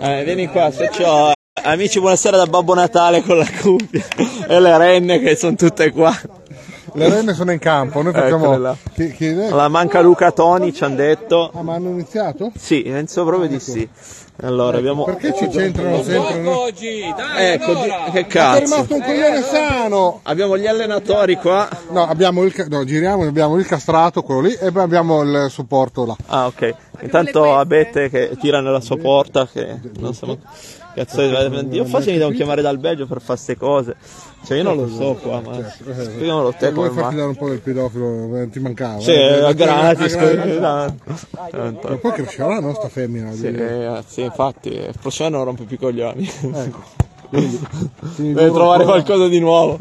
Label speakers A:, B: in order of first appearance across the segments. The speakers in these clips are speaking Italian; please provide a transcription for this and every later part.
A: Eh, vieni qua, se c'ho amici buonasera da Babbo Natale con la cuffia e le renne che sono tutte qua.
B: Le renne sono in campo, noi
A: Eccole
B: facciamo...
A: là.
B: Chi- chi-
A: La manca Luca Toni ci hanno detto.
B: Ah, ma hanno iniziato?
A: Sì, penso proprio di sì. Allora, abbiamo
B: Perché ci c'entrano sempre? no? Eh,
A: Ecco, di- che
B: È
A: cazzo.
B: rimasto un coglione sano!
A: Abbiamo gli allenatori qua.
B: No, abbiamo il... ca- No, giriamo, abbiamo il castrato, quello lì, e poi abbiamo il supporto là.
A: Ah, ok. Intanto Abete che tira nella sua porta che non so cazzo io forse mi devo chiamare dal Belgio per fare queste cose. Cioè io non lo so qua, ma spieghiamolo te
B: E Certo. Eh, vuoi
A: come
B: farti
A: mai.
B: dare un po' del pedofilo? eh, Ti mancava.
A: Sì,
B: eh?
A: è
B: Eh,
A: gratis. esatto.
B: eh, gratis.
A: così, tanto. Tanto.
B: Ma poi crescerà la nostra femmina.
A: Sì,
B: direi.
A: eh, sì, infatti, eh, il prossimo anno non rompe più i coglioni.
B: Quindi
A: Deve
B: devo
A: trovare
B: Ecco. ancora-
A: qualcosa di nuovo.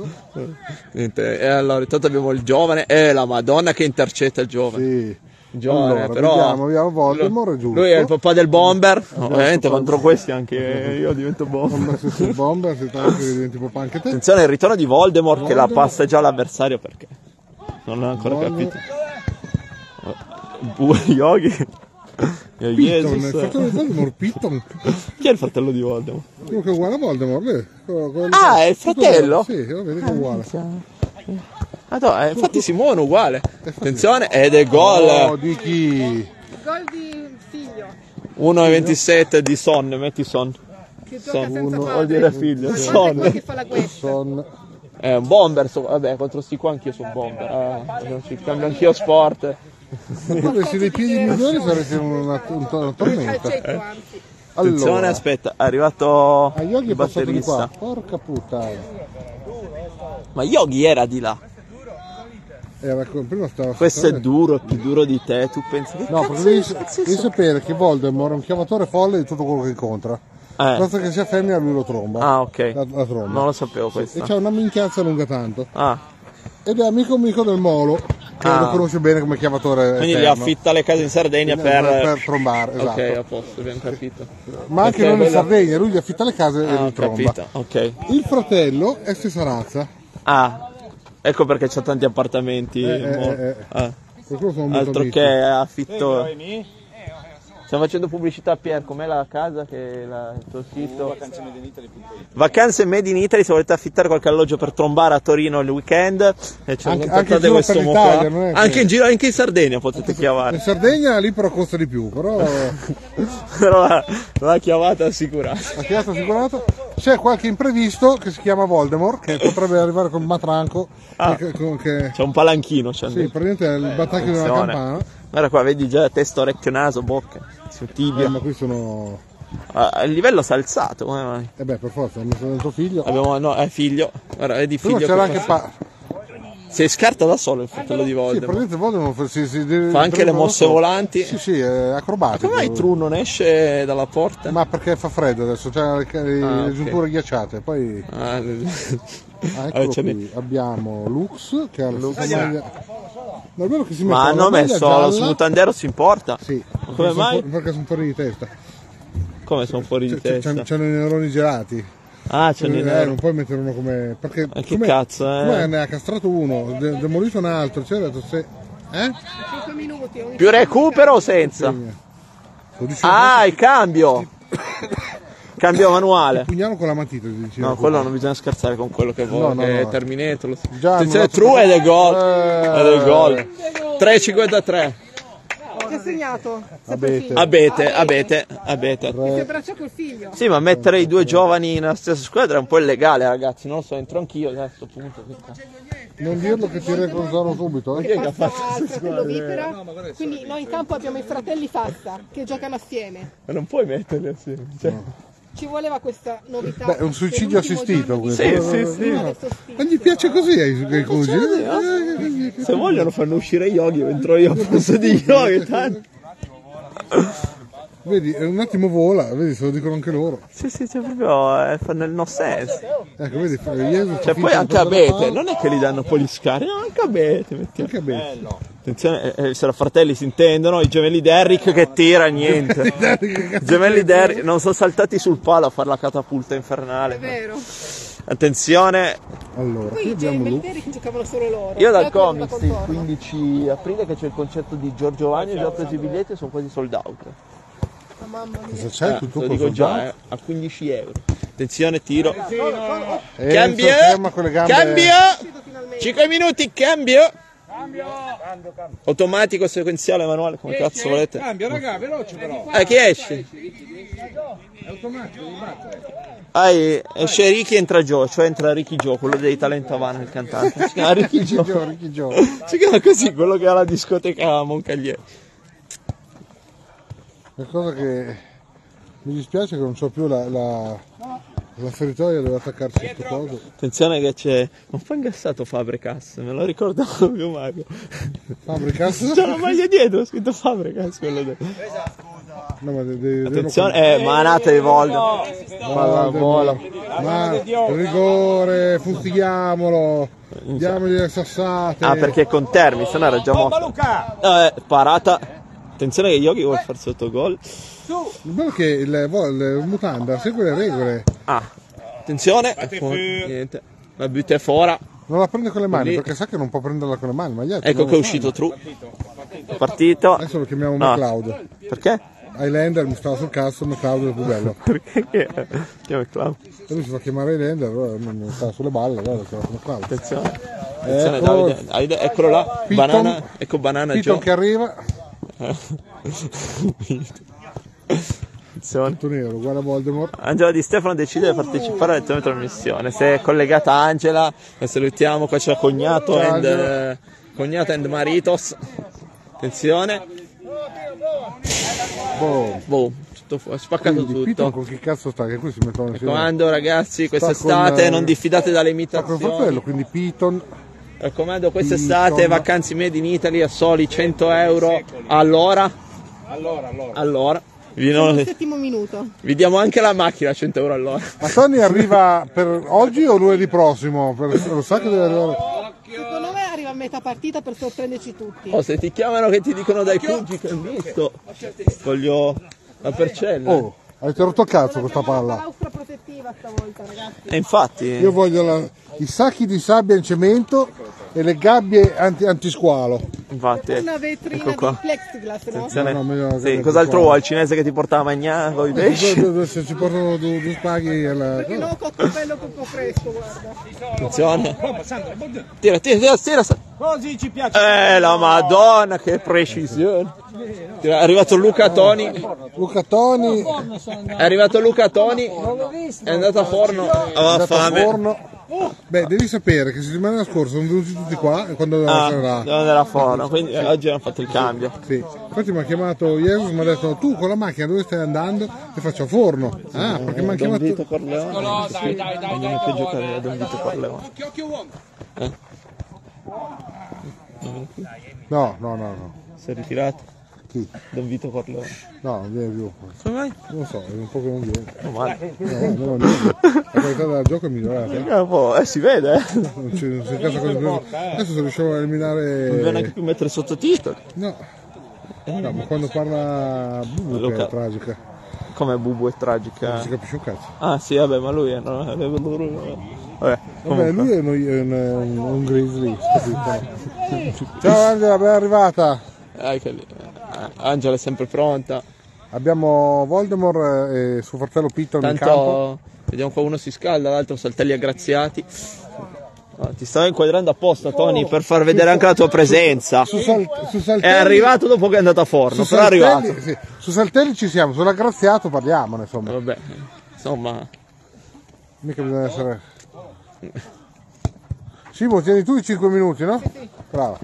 A: Niente, e allora intanto abbiamo il giovane e la Madonna che intercetta il giovane.
B: Sì.
A: Il giovane,
B: Allora,
A: però
B: vediamo, abbiamo Voldemort,
A: lui,
B: giusto.
A: lui è il papà del bomber. Ovviamente contro questi anche io divento bomber.
B: Se sei bomber, se tanto che diventi papà anche te.
A: Attenzione, il ritorno di Voldemort, che la passa già all'avversario perché non l'ha ancora
B: Voldemort.
A: capito. Bu- Yogi.
B: Piton, il
A: Jesus.
B: fratello di Voldemort, Piton.
A: Chi è il fratello di Voldemort?
B: Quello che è uguale a Voldemort, vedi? Quello- quello-
A: Ah, è il
B: tutto
A: fratello?
B: uguale, Sì, lo vedi che è uguale.
A: Madonna, eh, infatti si muovono uguale. Attenzione, ed è gol
B: Oh, di chi?
C: Gol di figlio
A: 1,27 di Son, metti Son.
C: che gioca
A: Son,
C: senza
A: vuol
C: padre.
A: dire figlio,
C: Guarda quello
A: Son.
C: che fa la guerra.
B: Son...
A: È un bomber, so- vabbè, contro sti qua anch'io sono bomber. Eh, non ci cambio anch'io sport.
B: Se tu avessi dei piedi migliori saresti una, una, una tormenta.
A: Eh.
C: Calcetto, anzi.
A: Attenzione,
B: Allora,
A: aspetta, è arrivato
B: a Yogi
A: il
B: è passato di qua.
A: batterista.
B: Porca puttana.
A: Ma Yogi era di là.
B: Eh, ma come- prima stava
A: Questo è duro, è più duro di te, tu pensi che
B: Eh. No,
A: cazzo
B: perché
A: di
B: devi,
A: cazzo
B: devi
A: sono?
B: sapere che Voldemort è un chiamatore folle di tutto quello che incontra.
A: Eh.
B: Basta che sia femmina lui lo tromba.
A: Ah, ok.
B: La, la tromba.
A: Non lo sapevo
B: e
A: questo.
B: c'ha una minchiazza lunga tanto.
A: Ah,
B: Ed è amico amico del Molo, che
A: Ah.
B: lo conosce bene come chiamatore.
A: quindi gli
B: eterno.
A: affitta le case in Sardegna
B: Eh, per,
A: per...
B: trombare,
A: Ok,
B: esatto.
A: a posto, abbiamo capito.
B: Ma anche
A: Perché
B: non in
A: quella-
B: Sardegna, lui gli affitta le case e
A: Ah,
B: lui
A: ho
B: tromba.
A: capito, ok.
B: Il fratello è stessa razza.
A: Ah, ecco perché c'ha tanti appartamenti.
B: eh,
A: mo-
B: eh.
A: Ah,
B: Per quello sono molto
A: Altro
B: amici.
A: che affitto. Stiamo facendo pubblicità a Pier, com'è la casa che la, il tuo sito? Uh, Vacanze Made in Italy. se volete affittare qualche alloggio per trombare a Torino il weekend, eh, e ci contattate
B: Anche- anche in giro per
A: questo uomo
B: l'Italia,
A: qua.
B: non è che-
A: Anche in giro, anche in Sardegna potete
B: In
A: chiamare.
B: Sardegna lì però costa di più, però la
A: Però la, la chiamata assicurata.
B: chiesa assicurata. C'è qualche imprevisto che si chiama Voldemort, che potrebbe arrivare col matranco,
A: Ah. Eh,
B: che, che- che-
A: C'è un palanchino, c'è
B: sì, praticamente è il battacchio della campana.
A: Guarda qua, vedi già testa, orecchio, naso, bocca, su
B: Eh,
A: tibia.
B: ma qui sono...
A: Ah, il livello si è alzato, come mai?
B: Eh beh, per forza, hanno messo dentro figlio.
A: Abbiamo, no, è figlio. Guarda, vedi
B: Prima
A: figlio. che
B: c'era
A: fa-
B: anche... Pa-
A: Si scarta da solo il fratello di
B: sì,
A: Voldemort.
B: praticamente Voldemort si, si- deve-
A: Fa anche le
B: dovrebbe-
A: mosse volanti.
B: Sì, sì, è acrobatico.
A: Come mai Tru non esce dalla porta?
B: Ma perché fa freddo adesso, c'è le, le
A: Ah, ok. Eh,
B: giunture ghiacciate. Poi
A: Ah,
B: ah,
A: Vabbè,
B: eccolo
A: ce n'è.
B: qui. abbiamo Lux che ha la stessa maglia. Ma è vero che si mette
A: ma
B: la
A: hanno
B: maglia
A: messo
B: gialla.
A: lo smutandero su in porta?
B: Sì,
A: Ma
B: perché
A: come
B: sono
A: mai?
B: fuori- perché sono fuori di testa.
A: Come sono fuori di
B: C'è- c'è-
A: testa?
B: c'hanno i neuroni gelati.
A: Ah, c'è
B: Eh,
A: il
B: non puoi mettere uno come. Perché
A: Eh, che
B: come-
A: cazzo, eh?
B: come ne ha castrato uno, de- demolito un altro, cioè ha detto se. Eh?
C: 5 minuti. ogni-
A: Più recupero o senza?
B: Lo dicevo,
A: Ah, il cambio! cambio manuale.
B: pugnalo con la matita, ti dicevo.
A: No, quello non bisogna scherzare con quello che vuole,
B: no,
A: che è
B: no.
A: Terminator. lo so.
B: Già,
A: Attenzione,
B: non lo so.
A: True ed è gol.
B: Eh.
A: Ed è gol. 3,53.
C: Che ha segnato?
A: Ah,
B: Abete.
A: Abete, abete, abete.
C: Mi sembra ciò col figlio.
A: Sì, ma mettere i due giovani nella stessa squadra è un po' illegale, ragazzi. Non lo so, entro anch'io a questo punto. che cazzo.
B: Non dirlo che ti reclusano subito, eh?
A: è che ha
C: Fassa
A: fatto
C: al fratello Vipera. Quindi noi in campo abbiamo i fratelli Fassa che giocano assieme.
A: Ma non puoi metterli assieme. Cioè.
C: Ci voleva questa novità.
B: Beh, è un suicidio
C: Per l'ultimo
B: assistito
C: giorno di
B: questo.
A: Sì,
C: vita.
A: sì, sì.
C: Uno adesso spinge.
B: Ma gli piace così ai, ai cugini? Eh,
A: Se vogliono fanno uscire Yogi, o entro io al posto di Yogi. Tanto.
B: Vedi, eh, un attimo vola, vedi, se lo dicono anche loro.
A: Sì, sì, cioè proprio eh, fanno il no sense.
B: Ecco, vedi, fa- Gesù
A: Cioè
B: fa
A: poi anche
B: finta di toccare la
A: abete,
B: palla.
A: non è che li danno poi gli scari, no, anche abete. mettiamo.
B: Anche abete.
A: Attenzione, eh, eh, se la fratelli si intendono, i gemelli Derrick che tira niente. Gemelli Derrick non sono saltati sul palo a fare la catapulta
C: È
A: infernale.
C: vero.
A: Attenzione,
B: Allora,
C: Poi
B: qui
C: i
B: abbiamo
C: gemelli
B: Luca.
C: veri che giocavano solo loro.
A: Io
C: Gli
A: dal
C: altri non la
A: comics il
C: contorno.
A: 15 aprile che c'è il concerto di Giorgio Vanni, ho già preso i biglietti e sono quasi sold out.
C: mamma mia.
B: Cosa c'è?
A: Ah,
B: tu
A: lo
B: tu
A: dico
B: Eh, col
A: già,
B: già.
A: eh, a 15 euro. Attenzione, tiro.
B: Eh, Enzo,
A: Cambio!
B: ferma Eh, con le gambe. eh.
A: Cambio! 5 minuti, cambio! Automatico, sequenziale, manuale, come cazzo volete.
D: Cambia, raga, veloce però.
A: Ah, chi esce?
D: È automatico, mi batte.
A: Ah, e- esce Ricky entra Joe, cioè entra Ricky Joe, quello dei Talent Havana, il cantante. Si chiama Ricky Joe.
B: Gio, Ricky Gio.
A: Si chiama così, quello che ha la discoteca a Moncalieri.
B: La cosa che mi dispiace è che non so più la, la, la feritoia dove attaccarsi questo coso.
A: Attenzione che c'è un po' ingassato Fabrecas, me lo ricordavo mio mago.
B: Fabbricas.
A: C'è la maglia dietro, scritto Fabrecas quello dentro.
B: No, ma de- de- devono-
A: Attenzione, eh, manate di volta. Palla vola.
B: Ma rigore, fustighiamolo, diamogli le sassate.
A: Ah, perché è con Termi, se no era già morto. Eh, parata. Attenzione che Yogi vuole far sottogol.
B: Il bello è che il, vo- il mutanda segue le regole,
A: Ah, attenzione. E poi niente. La butte fora.
B: non la prende con le mani
A: Lì.
B: perché sa che non può prenderla con le mani. Ma gli altri
A: Ecco
B: non
A: che è
B: lo
A: uscito Tru. Partito.
B: fanno. Adesso lo chiamiamo
A: No.
B: McLeod.
A: Perché?
B: Highlander mi stava sul cazzo, McLeod è il più bello.
A: Perché? Chiama Clown.
B: E lui si fa chiamare Highlander, allora non non sta sulle balle, allora si chiama McLeod.
A: Attenzione. Attenzione
B: Ecco.
A: Davide. Davide, Eccolo là.
B: Piton.
A: Banana. Ecco banana
B: Piton
A: Joe.
B: che arriva,
A: Attenzione.
B: tutto nero, guarda Voldemort.
A: Angela Di Stefano decide di partecipare alla tua trasmissione. Se è collegata Angela, la salutiamo. Qua c'è cognato
B: Ciao,
A: and,
B: Angela.
A: eh, cognato and maritos. Attenzione.
B: Boom.
A: Boh, tutto fu- spaccato
B: Oh, Quindi Piton
A: tutto. Ecco,
B: con chi cazzo sta? Che qui si mettono
A: Mi
B: insieme.
A: raccomando ragazzi,
B: con,
A: quest'estate
B: eh,
A: non diffidate dalle
B: Sta con il
A: imitazioni.
B: fratello, quindi Piton.
A: Mi raccomando, quest'estate
B: Insomma.
A: vacanze made in Italy a soli 100 euro all'ora.
D: Allora, allora.
A: Allora. Vi,
C: Sono
A: no-
C: al settimo minuto.
A: vi diamo anche la macchina a 100 euro all'ora.
B: Ma Tony arriva per oggi o lunedì prossimo? Per- lo sa che deve arrivare.
C: Secondo me arriva a metà partita per sorprenderci tutti.
A: Oh, se ti chiamano che ti dicono dai Puggi che ho visto.
D: certo
A: Voglio la percella.
B: Oh, avete rotto il cazzo con sta palla.
C: Claustra protettiva stavolta, ragazzi.
A: E infatti,
B: Io voglio la- i sacchi di sabbia in cemento e le gabbie anti- antisqualo.
A: infatti,
C: Una
A: ecco,
C: vetrina
A: ecco qua.
C: di plexiglass, no?
A: Attenzione.
B: No, no, meglio la
A: Sì,
B: gara
A: cos'altro
B: qua.
A: vuoi? Il cinese che ti porta a mangiare con i
B: Se,
A: pesci?
B: se- se ci portano due, due spaghi alla...
C: Perché no, cotto bello un po' fresco, guarda.
A: Eh. Attenzione.
D: Qua passando, buongiorno.
A: Tira, tira, tira, tira. sa-
D: Così ci piace.
A: Eh, la madonna, che precisione. Tira, È arrivato Luca Toni.
B: Luca Toni,
A: È arrivato Luca Toni. È andato a forno. Aveva
B: andato a
A: fame.
B: forno. Beh, devi sapere che settimana scorsa sono venuti tutti qua e quando
A: Ah,
B: sarà.
A: doveva andare a forno. Quindi eh, oggi hanno fatto il cambio.
B: Sì. Infatti mi ha chiamato Jesus mi ha detto tu con la macchina dove stai andando? E faccio a forno. Ah,
A: Eh,
B: perché mi ha
A: Don
B: chiamato...
A: Vito Corleone. Non più giocare a Don Vito Corleone.
D: Occhio, occhio, uomo.
B: No, no, no, no.
A: Si è ritirato.
B: Chi?
A: Don Vito Corleone.
B: No, non viene più.
A: Come mai?
B: Non so, è un po' che non viene.
A: Non male.
B: No, no, no. La qualità del gioco è migliorata.
A: Eh, si vede, eh.
B: Non c'è, non c'è caso con il- Adesso se riusciamo a
A: Non deve
B: eliminare...
A: neanche più mettere sottotitoli.
B: No. No, ma quando parla Bubu che
A: Luca.
B: è tragica.
A: Come Bubu è
B: Non
A: tragica.
B: si capisce un cazzo.
A: Ah sì, vabbè, ma lui è... no, è- Vabbè,
B: Vabbè,
A: comunque.
B: lui è un, è un, un grizzly, capito? Ciao Angela, ben arrivata.
A: Ah, che lì. Ah, Angela è sempre pronta.
B: Abbiamo Voldemort eh, e suo fratello Piton in campo.
A: Tanto vediamo qua uno si scalda, l'altro saltelli aggraziati. Ah, ti stavo inquadrando apposta, Tony, per far vedere anche la tua presenza.
B: Su, sal- su
A: È
B: Saltelli-
A: arrivato dopo che è andato a forno,
B: su
A: però è
B: Saltelli-
A: arrivato.
B: sì, su Saltelli ci siamo, sull'aggraziato parliamone insomma.
A: Vabbè, insomma...
B: Mica bisogna essere... Simo, tieni tu i 5 minuti, no? Brava.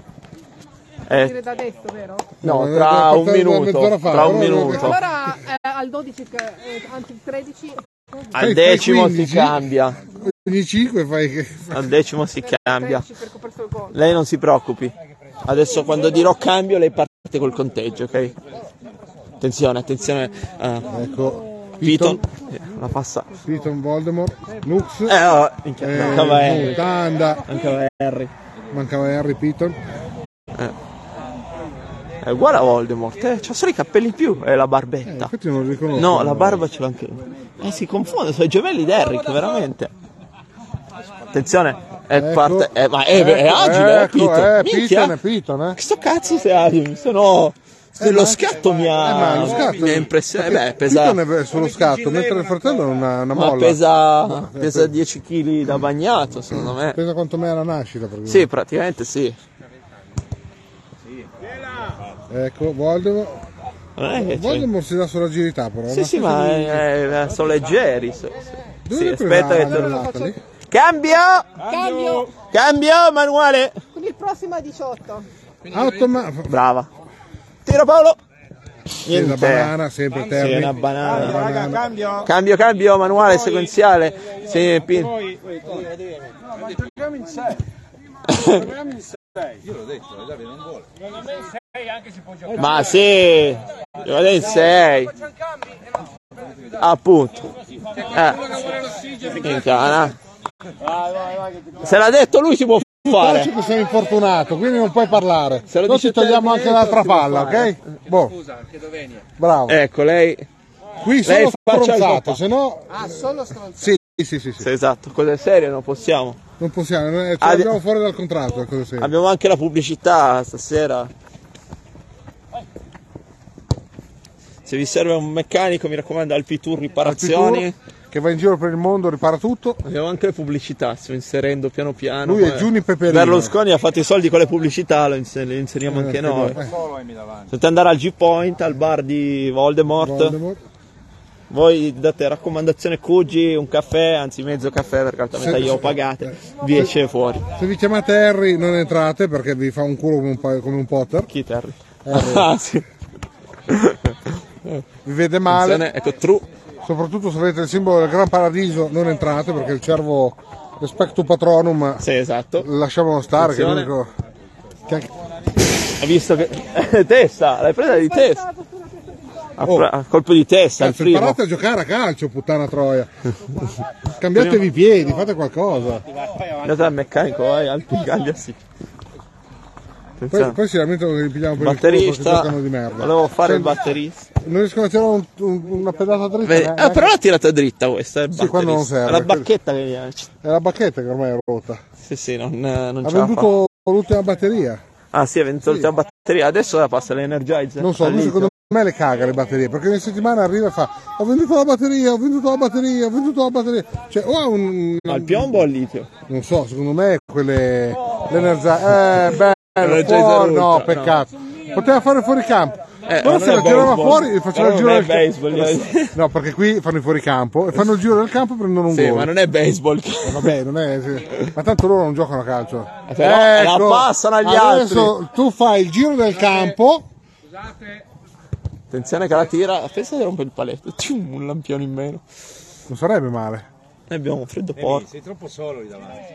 A: eh,
C: Dire da adesso, vero?
A: no,
B: No,
A: tra
B: era
A: un
B: partito mezz'ora
A: minuto,
B: fa,
A: tra un
B: allora-
A: minuto.
C: Allora eh, al 12, ca- eh, anzi il 13,
A: Al decimo si
B: 15.
A: cambia,
B: Ogni 5 fai che...
A: al decimo si cambia.
C: 13 per coprire il gol.
A: Lei non si preoccupi. Adesso quando dirò cambio lei parte col conteggio, ok? Attenzione, attenzione. ah,
B: Ecco,
A: Piton.
B: Piton,
A: Eh, La passa.
B: Piton Voldemort, Lux,
A: Eh, oh, minchia,
B: eh,
A: mancava Harry.
B: Mutanda,
A: Mancava Harry.
B: mancava Harry Piton. Eh,
A: È uguale a Voldemort, eh? C'ha solo i capelli in più e la barbetta.
B: Infatti non lo riconosco.
A: No, la barba ce l'ha anche lui. Eh, si confonde, sono i gemelli d'Eric, veramente. Attenzione, è
B: Ecco.
A: parte. eh, ma è, è
B: Ecco,
A: agile, eh,
B: ecco,
A: Piton.
B: eh,
A: Minchia.
B: Piton, è Piton, eh.
A: Che sto cazzo sei agile? Sono. lo scatto mi ha,
B: Eh, ma lo scatto-
A: mi ha impressionato. Eh, Beh, pesa,
B: Piton è solo scatto, mentre il fratello non ha una
A: ma
B: molla. Eh,
A: pesa, pesa 10 kg da bagnato, secondo me.
B: Pesa quanto me alla nascita. proprio.
A: Sì, praticamente sì.
B: Ecco, Voldemort.
A: Non è che c'è-
B: Voldemort si dà sull'agilità, però.
A: Sì, sì, ma eh, eh, sono leggeri. so- so- Sì,
B: Dove
A: aspetta che torno.
B: torno. Lì?
A: Cambio!
C: Cambio
A: Cambio manuale!
C: con il prossimo a 18.
B: Automa-
A: Brava. Tiro Paolo!
B: sì, la
A: Niente.
B: banana, sempre
A: Sì,
B: Terni.
A: una banana.
D: Raga, cambio.
A: Cambio, cambio, manuale, sequenziale. Sì, pin-
D: Poi, poi, poi. No, ma torniamo in 6. Torniamo in 6. Io l'ho detto, Davide non vuole.
A: Ma sì, devo vedere in 6. Appunto. Eh. Minchia, no? Se l'ha detto lui si può
B: Però
A: fare.
B: ci sei infortunato, quindi non puoi parlare.
A: Se lo
B: Noi
A: dice
B: ci togliamo
A: Terni
B: anche l'altra
A: dentro, si
B: palla,
A: può fare.
B: ok? Boh,
D: Eh, Scusa, anche Dovenia.
B: bravo.
A: Ecco, lei... lei
B: Qui sono
A: faccia il
B: stronzato,
A: coppa.
B: se no...
C: Ah, solo stronzo.
B: Sì, sì, sì, sì.
A: Sì, esatto, cose serie non possiamo.
B: Non possiamo, eh, ce
A: Adi-
B: l'abbiamo fuori dal contratto, ecco, cosa sei.
A: Abbiamo anche la pubblicità stasera. Se vi serve un meccanico, mi raccomando, Alpitour riparazioni.
B: Che va in giro per il mondo, ripara tutto.
A: Abbiamo anche le pubblicità, stiamo inserendo piano piano.
B: Lui è
A: ma-
B: Giuni Peperino.
A: Berlusconi ha fatto i soldi con le pubblicità, lo inse- le inseriamo anche
B: Eh,
A: noi.
B: eh,
D: Solo Emi davanti.
A: Potete andare al G-Point, al bar di Voldemort.
B: Voldemort.
A: Voi date raccomandazione Cuggi, un caffè, anzi mezzo caffè perché altrimenti
B: Sì,
A: glielo
B: sì.
A: pagate. Vi esce fuori.
B: Se vi chiamate Harry non entrate perché vi fa un culo come un, pa- come un Potter,
A: Chi Terry?
B: Eh,
A: Ah, sì.
B: vi vede male,
A: Attenzione, Ecco, true.
B: soprattutto se avete il simbolo del Gran Paradiso non entrate perché il cervo Respecto Patronum
A: Sì, esatto.
B: lasciamolo stare che è
A: Attenzione.
B: l'unico che anche-
A: Hai visto che. testa, l'hai presa di testa. A,
B: Oh.
A: a colpo di testa, il
B: Cazzo,
A: primo.
B: imparate a giocare a calcio, puttana troia. Cambiatevi i piedi, fate qualcosa.
A: Andate al meccanico, vai, al pigagliasi.
B: Poi,
A: Attenzione.
B: poi si lamentano che li pigliamo per il culo perché
A: Batterista,
B: giocano di merda.
A: volevo fare
B: Cioè,
A: il batterista.
B: Non riescono a tirare un- un- una pedata dritta.
A: Vedi-
B: neanche-
A: ah, però l'ha tirata dritta questa. È il
B: Eh, quando non
A: batterista.
B: serve,
A: È la bacchetta che viene.
B: eh, È la bacchetta che ormai è rotta.
A: Sì, sì, non, eh, non
B: Ha
A: ce la fa.
B: venduto l'ultima batteria.
A: Ah, sì, ha venduto la batteria. Adesso la passa l'Energizer.
B: Non so, lui
A: All'Inter.
B: secondo me le caga le batterie, perché ogni settimana arriva e fa ho venduto la batteria, ho venduto la batteria, ho venduto la batteria. Cioè, o ha un...
A: Ma al piombo o al litio?
B: Non so, secondo me quelle... L'energia... Eh, bello,
A: Energizer
B: fuori, no,
A: Ultra,
B: peccato. Poteva fare fuori campo.
A: Eh,
B: Però
A: non
B: se
A: è
B: lo tirava
A: baseball.
B: fuori e faceva
A: Però
B: il giro
A: non è
B: del campo.
A: baseball, io-
B: No, perché qui fanno i fuoricampo e fanno il giro del campo e prendono un
A: Sì,
B: gol.
A: ma non è baseball.
B: Vabbè, non è. sì. Ma tanto loro non giocano a calcio.
A: Eh,
B: Ecco,
A: se no, la passano agli
B: adesso tu fai il giro del campo.
A: Attenzione che la tira. Pensa che rompe il paletto. Tium, un lampione in meno.
B: Non sarebbe male.
A: Noi abbiamo un freddo
B: Eh,
A: porco.
D: Sei troppo solo lì davanti.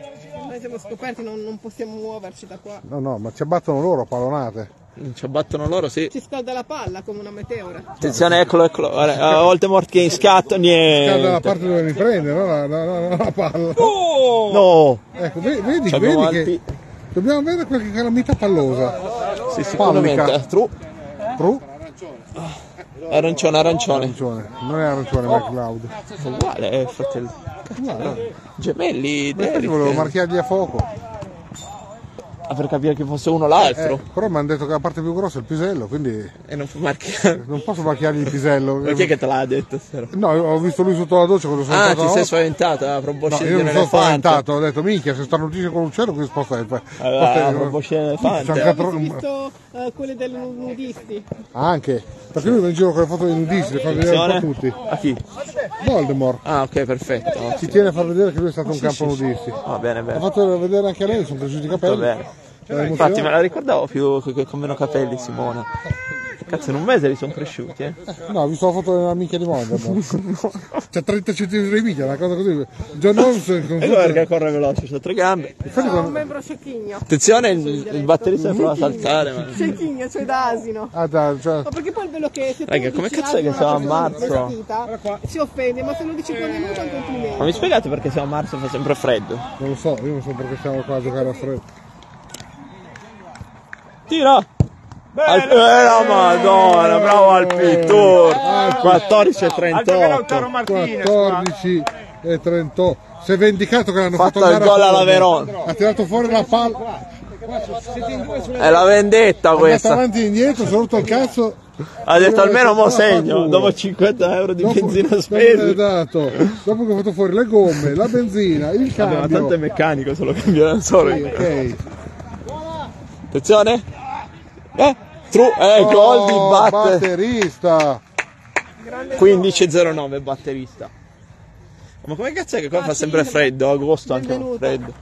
C: Noi siamo scoperti, non, non possiamo muoverci da qua.
B: No, no, ma ci abbattono loro a pallonate.
A: Ci abbattono loro, sì.
C: Ci scalda la palla come una meteora.
A: Attenzione, eccolo, eccolo. Guarda, ah, Voldemort che in scatto.
B: Guarda la
A: Niente.
B: parte dove mi prende, no? La, la, la, la- la palla.
A: No.
B: Ecco, ve- vedi,
A: Ci abbiamo
B: vedi che. Dobbiamo avere qualche calamita pallosa.
A: Sì, sicuramente.
B: Pallica.
A: eh, True.
B: Tru,
A: Arancione, arancione.
B: arancione. Non è arancione,
A: Oh.
B: McLeod.
A: Sono uguale, eh, fratello. Cazzo, no. Gemelli,
B: Ma infatti
A: Derrick.
B: volevo marchiargli a fuoco.
A: Ah, per capire che fosse uno l'altro.
B: Eh, però mi hanno detto che la parte più grossa è il pisello, quindi
A: E non fu marchiare.
B: non posso marchiargli il pisello.
A: Ma chi è che te l'ha detto? Sero?
B: No, io ho visto lui sotto la doccia quando sono
A: Ah,
B: entrato
A: ti
B: la
A: sei ah,
B: volta.
A: spaventata,
B: No,
A: proboscide di
B: io
A: un
B: mi sono
A: elefante.
B: spaventato, ho detto minchia, se stanno notizie con l'uccello che sposta il
A: Allora, proprio elefante.
C: Ho
B: elefante.
C: visto, visto eh, quelle dei nudisti.
B: Anche, perché lui va in giro con le foto dei nudisti, le fa vedere un po' tutti.
A: Attenzione. A chi?
B: Voldemort
A: Ah, ok, perfetto. No,
B: si
A: sì.
B: tiene a far vedere che lui è stato un campo nudisti.
A: Va Ah, bene,
B: Ha
A: bene.
B: fatto vedere anche a lei, sono cresciuti i
A: Va
B: capelli. Cioè,
A: bene.
B: Era
A: Cioè, Infatti me
B: emozionante.
A: la ricordavo più che- che con meno capelli Simona. Cazzo, in un mese li sono cresciuti, eh.
B: No, ho visto la foto della minchia di Voldemort. C'ha 30 centimetri di miglia, una cosa così. John Holmes è
A: E
B: con
A: lui perché corre veloce su tre gambe.
C: Sono un membro cecchigno.
A: Attenzione, il, il batterista prova a saltare, ma.
C: Cecchigno, cioè da asino.
B: Ah, da, cioè,
C: Ma perché poi il bello che se tu
A: Raga,
C: dici
A: come cazzo è che
C: "Ah,
A: siamo a
C: una persona
A: marzo?"
C: vestita, si offende, ma se lo dici quando non fa un complimento.
A: Ma mi spiegate perché siamo a marzo e fa sempre freddo?
B: non lo so, io non so perché stiamo qua a giocare a freddo.
A: Tira! Al- eh, la madonna, bravo al pittur! 14 e 38.
B: 14 e 38. Si è vendicato che l'hanno
A: Fatto
B: fatto
A: il
B: andare a
A: gol alla
B: fondo.
A: Verona.
B: Ha tirato fuori la palla.
D: Siete in due sulla
A: È la vendetta
B: Andato
A: questa.
B: avanti e indietro, sono rotto il cazzo.
A: Ha detto almeno mo segno,
B: Vaffanculo.
A: dopo 50 euro di
B: Dopo,
A: benzina
B: dopo
A: spesa.
B: aver dato- dopo che ho fatto fuori le gomme, la benzina, il
A: Vabbè, ma tanto è
B: cambio.
A: meccanico, se lo cambierà solo io.
B: Ok.
A: Attenzione. Eh, tru- eh, gol
B: Oh,
A: di Bat.
B: batterista.
A: 15.09 batterista. Ma come cazzo è che qua fa sempre freddo? Agosto anche fa
C: Benvenuto.
A: freddo.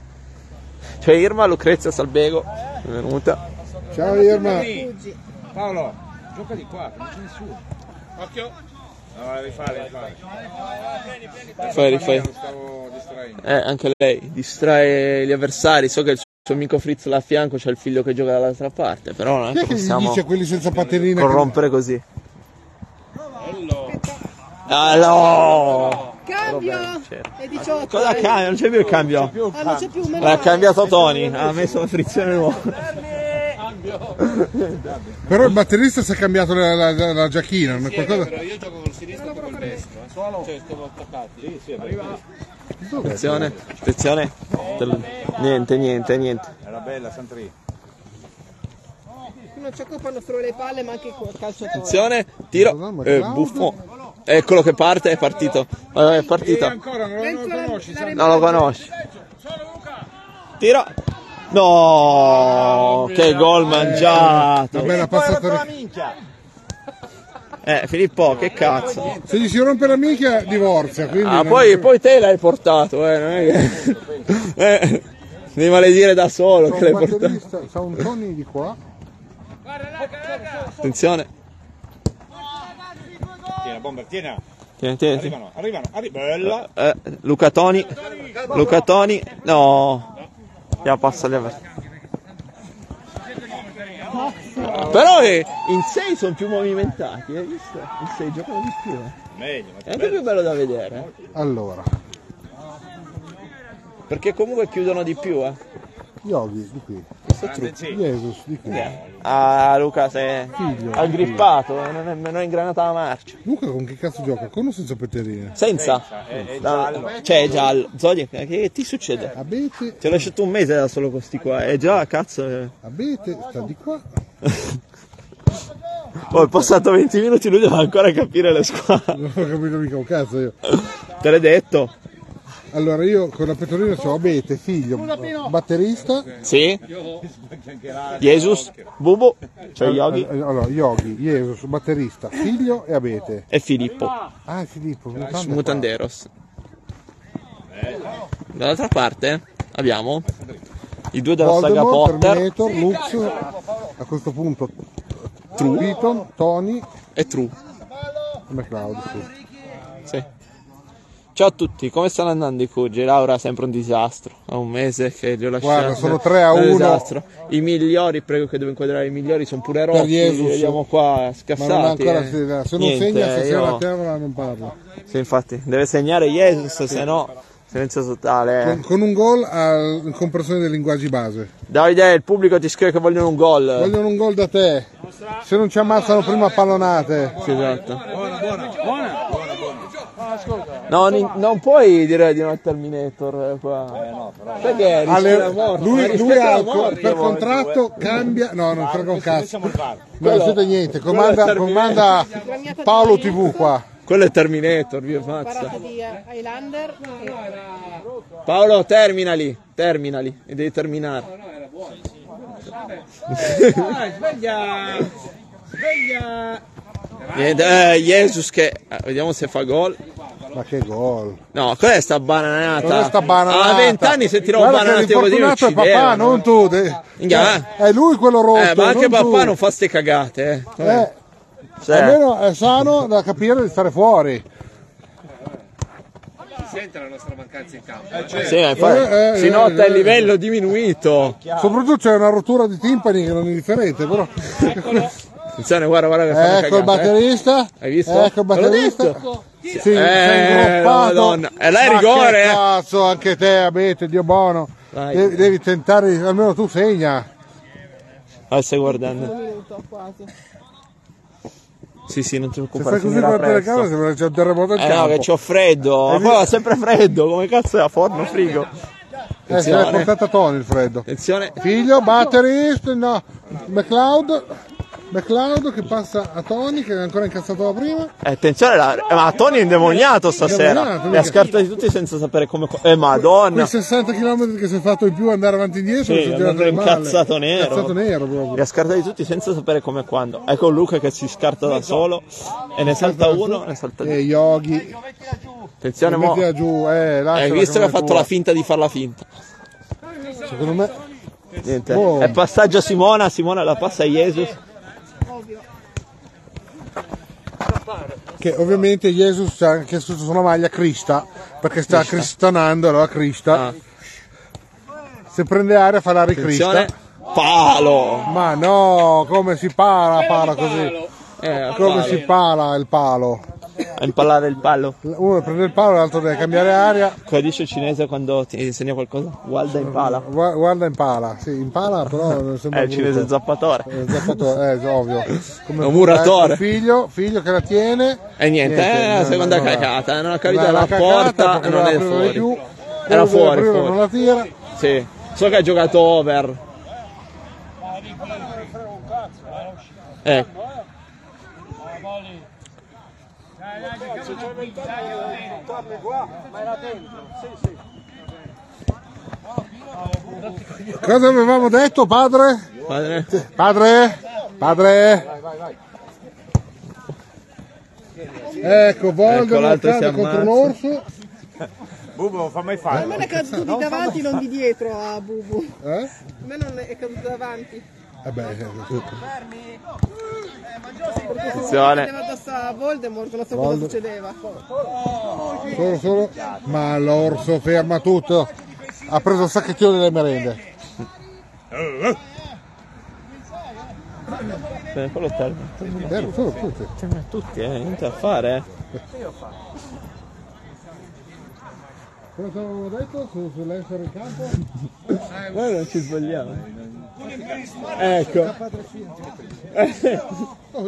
A: C'è Irma, Lucrezia, Salbego. Benvenuta.
B: Ciao Irma.
C: Fuggi.
D: Paolo, gioca di qua, che non c'è nessuno. Occhio. No, rifare, rifare.
A: Rifai, rifai.
D: Lo stavo distraendo.
A: Eh, anche lei distrae gli avversari. So che il suo amico Fritz là a fianco c'è il figlio che gioca dall'altra parte, però non è
B: Chi
A: che
B: è che gli
A: possiamo
B: dice a quelli senza paterina? che-
A: corrompere così. Ah, no!
C: Cambio!
A: certo.
C: È 18.
A: Cosa
C: eh.
A: cambia? Non c'è più il cambio.
C: Ah, non c'è più, meno
A: L'ha
C: male.
A: cambiato Tony, ha messo la frizione nuova.
B: Però il batterista si è cambiato la, la- la- la giacchina. non è qualcosa-
A: Attenzione, attenzione. Te lo- Niente, niente, niente.
D: Era bella, Santri.
C: Non ci occupano solo le palle, ma anche il calciatore.
A: Attenzione, tiro. Eh, buffo. Eccolo che parte, è partito. Eh, È
D: E
A: partito.
D: ancora non lo, non lo conosci, Santri.
A: Non lo conosci. Tira. No, che gol
B: Una
A: mangiato.
B: bella passata.
A: Eh, Filippo, che cazzo.
B: Se gli si rompe la minchia, divorzia. Quindi
A: Ah,
B: non-
A: poi, poi te l'hai portato, eh. Non è che... eh devi maledire da solo
B: C'è
A: che l'hai
B: un
A: portato.
B: batterista, c'ha un Tony di qua.
A: Attenzione.
D: Tiena, bomber, tiena.
A: Tieni, tieni, tieni.
D: Arrivano, arrivano, arri- bella.
A: Eh, Luca Toni, Luca Toni, no, la passa le Però eh, in 6 sono più movimentati, hai visto? In 6 giocano di più. eh.
D: Meglio, ma
A: È anche più bello da vedere, eh.
B: Allora,
A: perché comunque chiudono di più. Eh.
B: Yogi di qui.
D: Sì.
B: Jesus di qui.
A: Ah, Luca si è aggrippato, eh, non è, non è ingranata la marcia.
B: Luca con che cazzo gioca? Con o senza paterina?
A: Senza.
D: È, è
A: No,
D: giallo.
A: C'è giallo. Zodiac, eh, che ti succede?
B: Abete,
A: Ti ho lasciato un mese da solo con sti qua, e già cazzo... eh.
B: abete, sta di qua.
A: Oh, è passato 20 minuti, lui deve ancora capire la squadra.
B: Non ho capito mica un cazzo io.
A: Te l'hai detto?
B: Allora io con la petrolina ho Abete, figlio, batterista.
A: Sì. Jesus, Bubu, cioè Yogi
B: All- Allora, Yogi, Jesus, batterista, figlio e Abete.
A: e Filippo.
B: Ah, Filippo, mutande qua.
A: Mutanderos. Dall'altra parte abbiamo i due della saga
B: Voldemort,
A: Potter
B: Terminator, Lux, a questo punto Piton, Tony e
A: e True.
B: McLeod. sì.
A: Sì. Ciao a tutti, come stanno andando i curgi? Laura è sempre un disastro. È un mese che li ho lasciati.
B: Guarda, sono tre a
A: È un
B: uno.
A: disastro. I migliori, prego che devo inquadrare i migliori, sono pure rotti. Li
B: Jesus.
A: vediamo qua
B: Ma non ha
A: scassati.
B: ancora
A: eh.
B: se- se non
A: Niente,
B: segna
A: eh,
B: stasera
A: io-
B: la tavola non parla.
A: Sì, infatti, deve segnare Jesus, se no silenzio totale.
B: Con,
A: eh.
B: con un gol a comprensione dei linguaggi base.
A: Davide, il pubblico ti scrive che vogliono un gol.
B: Vogliono un gol da te. Se non ci ammazzano prima pallonate.
A: Sì, esatto.
D: Buona, buona, buona. Buona, buona.
B: Ah,
A: No, non, non puoi dire di no al Terminator eh, qua. Perché rischia
B: Ale-
A: la morte. Ma
B: lui
A: rischia
B: lui
A: la
B: ha il co-
A: morte, voglio,
B: per
A: eh.
B: contratto cambia. No, non frega un cazzo.
D: Siamo il VAR.
B: Non siete niente.
A: quello
B: Comanda,
A: è
B: comanda Paolo TV qua.
A: eh. Quello è Terminator, vi ammazza.
C: Parata di eh, Highlander. e-
A: Paolo, terminali, terminali. E devi terminare.
D: Dai, sveglia. Sveglia.
A: Niente, eh, Jesus che... eh, vediamo se fa gol.
B: Ma che gol.
A: No, quella è sta bananata?
B: Guarda sta bananata.
A: A 20 anni Ah, se tiravo
B: Guarda che
A: bananate così eh, lo
B: l'infortunato è papà,
A: uccidevano.
B: non tu. De-
A: Minchia,
B: È lui quello rotto.
A: Eh, ma anche
B: non tu.
A: papà non fa ste cagate, eh.
B: Eh,
A: Cioè,
B: almeno è sano da capire di stare fuori.
A: sì, ma infatti,
B: Eh, eh,
A: si
B: eh,
A: nota
B: eh,
A: il livello diminuito.
B: Soprattutto c'è una rottura di timpani che non inizierete, però.
A: Attenzione, guarda, guarda che fa una
B: Ecco il
A: cagata, eh.
B: batterista.
A: Hai visto?
B: Ecco il
A: Te l'ho
B: batterista.
A: detto.
B: Sì,
A: Eh,
B: sei ingroppato.
A: Madonna. E là è
B: Ma
A: rigore,
B: Che
A: eh.
B: cazzo, anche te, Abete, Dio buono.
A: Dai.
B: Devi, devi tentare, di- almeno tu segna.
A: Ah, stai guardando.
C: Minuto quasi.
A: Sì, sì, non ti
B: Se
A: preoccupare.
B: fai così
A: finirà
B: con la
A: presto.
B: telecamera sembra che c'è un terremoto al
A: Eh no, che
B: campo.
A: c'ho freddo. Ma
B: visto?
A: qua è sempre freddo. Come cazzo è a forno frigo?
B: Eh, se l'hai portata Tony il freddo.
A: Attenzione.
B: Figlio, battery, no, McLeod, McLeod che passa a Tony che è ancora incazzato da prima.
A: Eh, attenzione, la- eh, ma Tony è indemoniato stasera.
B: Indemoniato,
A: Le ha
B: mica.
A: scartati tutti senza sapere come. co- Eh, madonna.
B: Quei 60 km che si è fatto in più andare avanti e indietro,
A: Sì,
B: mi sono tirato
A: è
B: le balle.
A: incazzato nero.
B: Incazzato nero proprio.
A: Li ha scartati tutti senza sapere come e quando. Ecco Luca che si scarta da solo e ne salta uno e ne salta due.
B: E Eh, Yogi,
A: Attenzione, mo.
B: mettila giù, eh, lasciala
A: Hai visto che
B: come
A: ha fatto
B: tua.
A: la finta di far la finta.
B: Secondo me
A: Niente.
B: Oh.
A: È passaggio a Simona, Simona la passa a Jesus.
B: che ovviamente Jesus c'ha anche su sulla maglia Crista, perché sta cristanando, allora Crista.
A: Ah.
B: Se prende aria fa la ricrista.
A: Attenzione. Palo.
B: Ma no, come si para, para così.
A: Eh,
B: Come
A: palo.
B: si para il palo?
A: A impallare il palo.
B: Uno prende il palo, l'altro deve cambiare aria.
A: Come dice il cinese quando ti insegna qualcosa? Guarda impala.
B: Gua- Guarda in pala, sì, in pala però non sembra
A: È il cinese
B: brutto.
A: zappatore.
B: Eh, zappatore, eh, ovvio. Come
A: È un muratore.
B: eh, Figlio, figlio che la tiene.
A: E niente, eh, la
B: no,
A: seconda
B: no, no.
A: cacata, non ha capito
B: No,
A: la
B: cacata,
A: porta,
B: perché
A: non
B: la
A: è
B: prende
A: fuori.
B: più.
A: Era
B: Quello
A: fuori,
B: della prima
A: fuori.
B: Non la tira.
A: Sì. So che ha giocato over. Eh,
B: Cosa avevamo detto, padre?
A: padre.
B: Padre? Padre? Ecco,
A: Ecco,
B: Volga
A: l'altro si
B: lottare contro
A: ammazza.
B: l'orso.
C: A me è caduto di davanti, non di dietro a Bubu.
B: Eh?
C: A me non è caduto davanti.
B: Eh beh,
A: Attenzione.
C: Andava addosso a Voldemort, non so cosa
B: Voldemort.
C: succedeva.
B: solo, solo. Ma l'orso ferma tutto. Ha preso il sacchettino delle merende.
A: Eh, quello termina.
B: Eh, solo tutti.
A: Ma tutti, eh, niente da fare. eh.
B: Cosa avevamo detto su, sull'essere in campo?
A: Noi non ci sbagliamo. Ecco.
B: No, io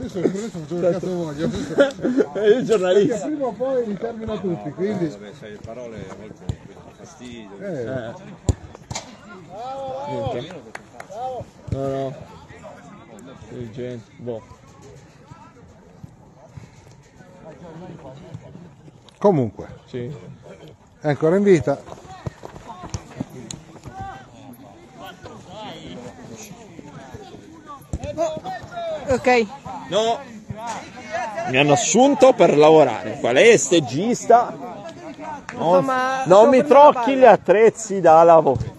B: sono il preso, faccio il cazzo voglio.
A: Io giornalista.
B: Prima o poi li termino tutti, quindi...
D: Vabbè, sai, le parole a volte danno fastidio.
B: Eh,
A: No, no. Intelligente. Boh.
B: Comunque,
A: Sì.
B: è ancora in vita.
C: Ok.
A: No. Mi hanno assunto per lavorare. Qual è stegista? Non,
C: ma-
A: non mi
C: devo prendere
A: trocchi
C: la
A: gli attrezzi da lavoro.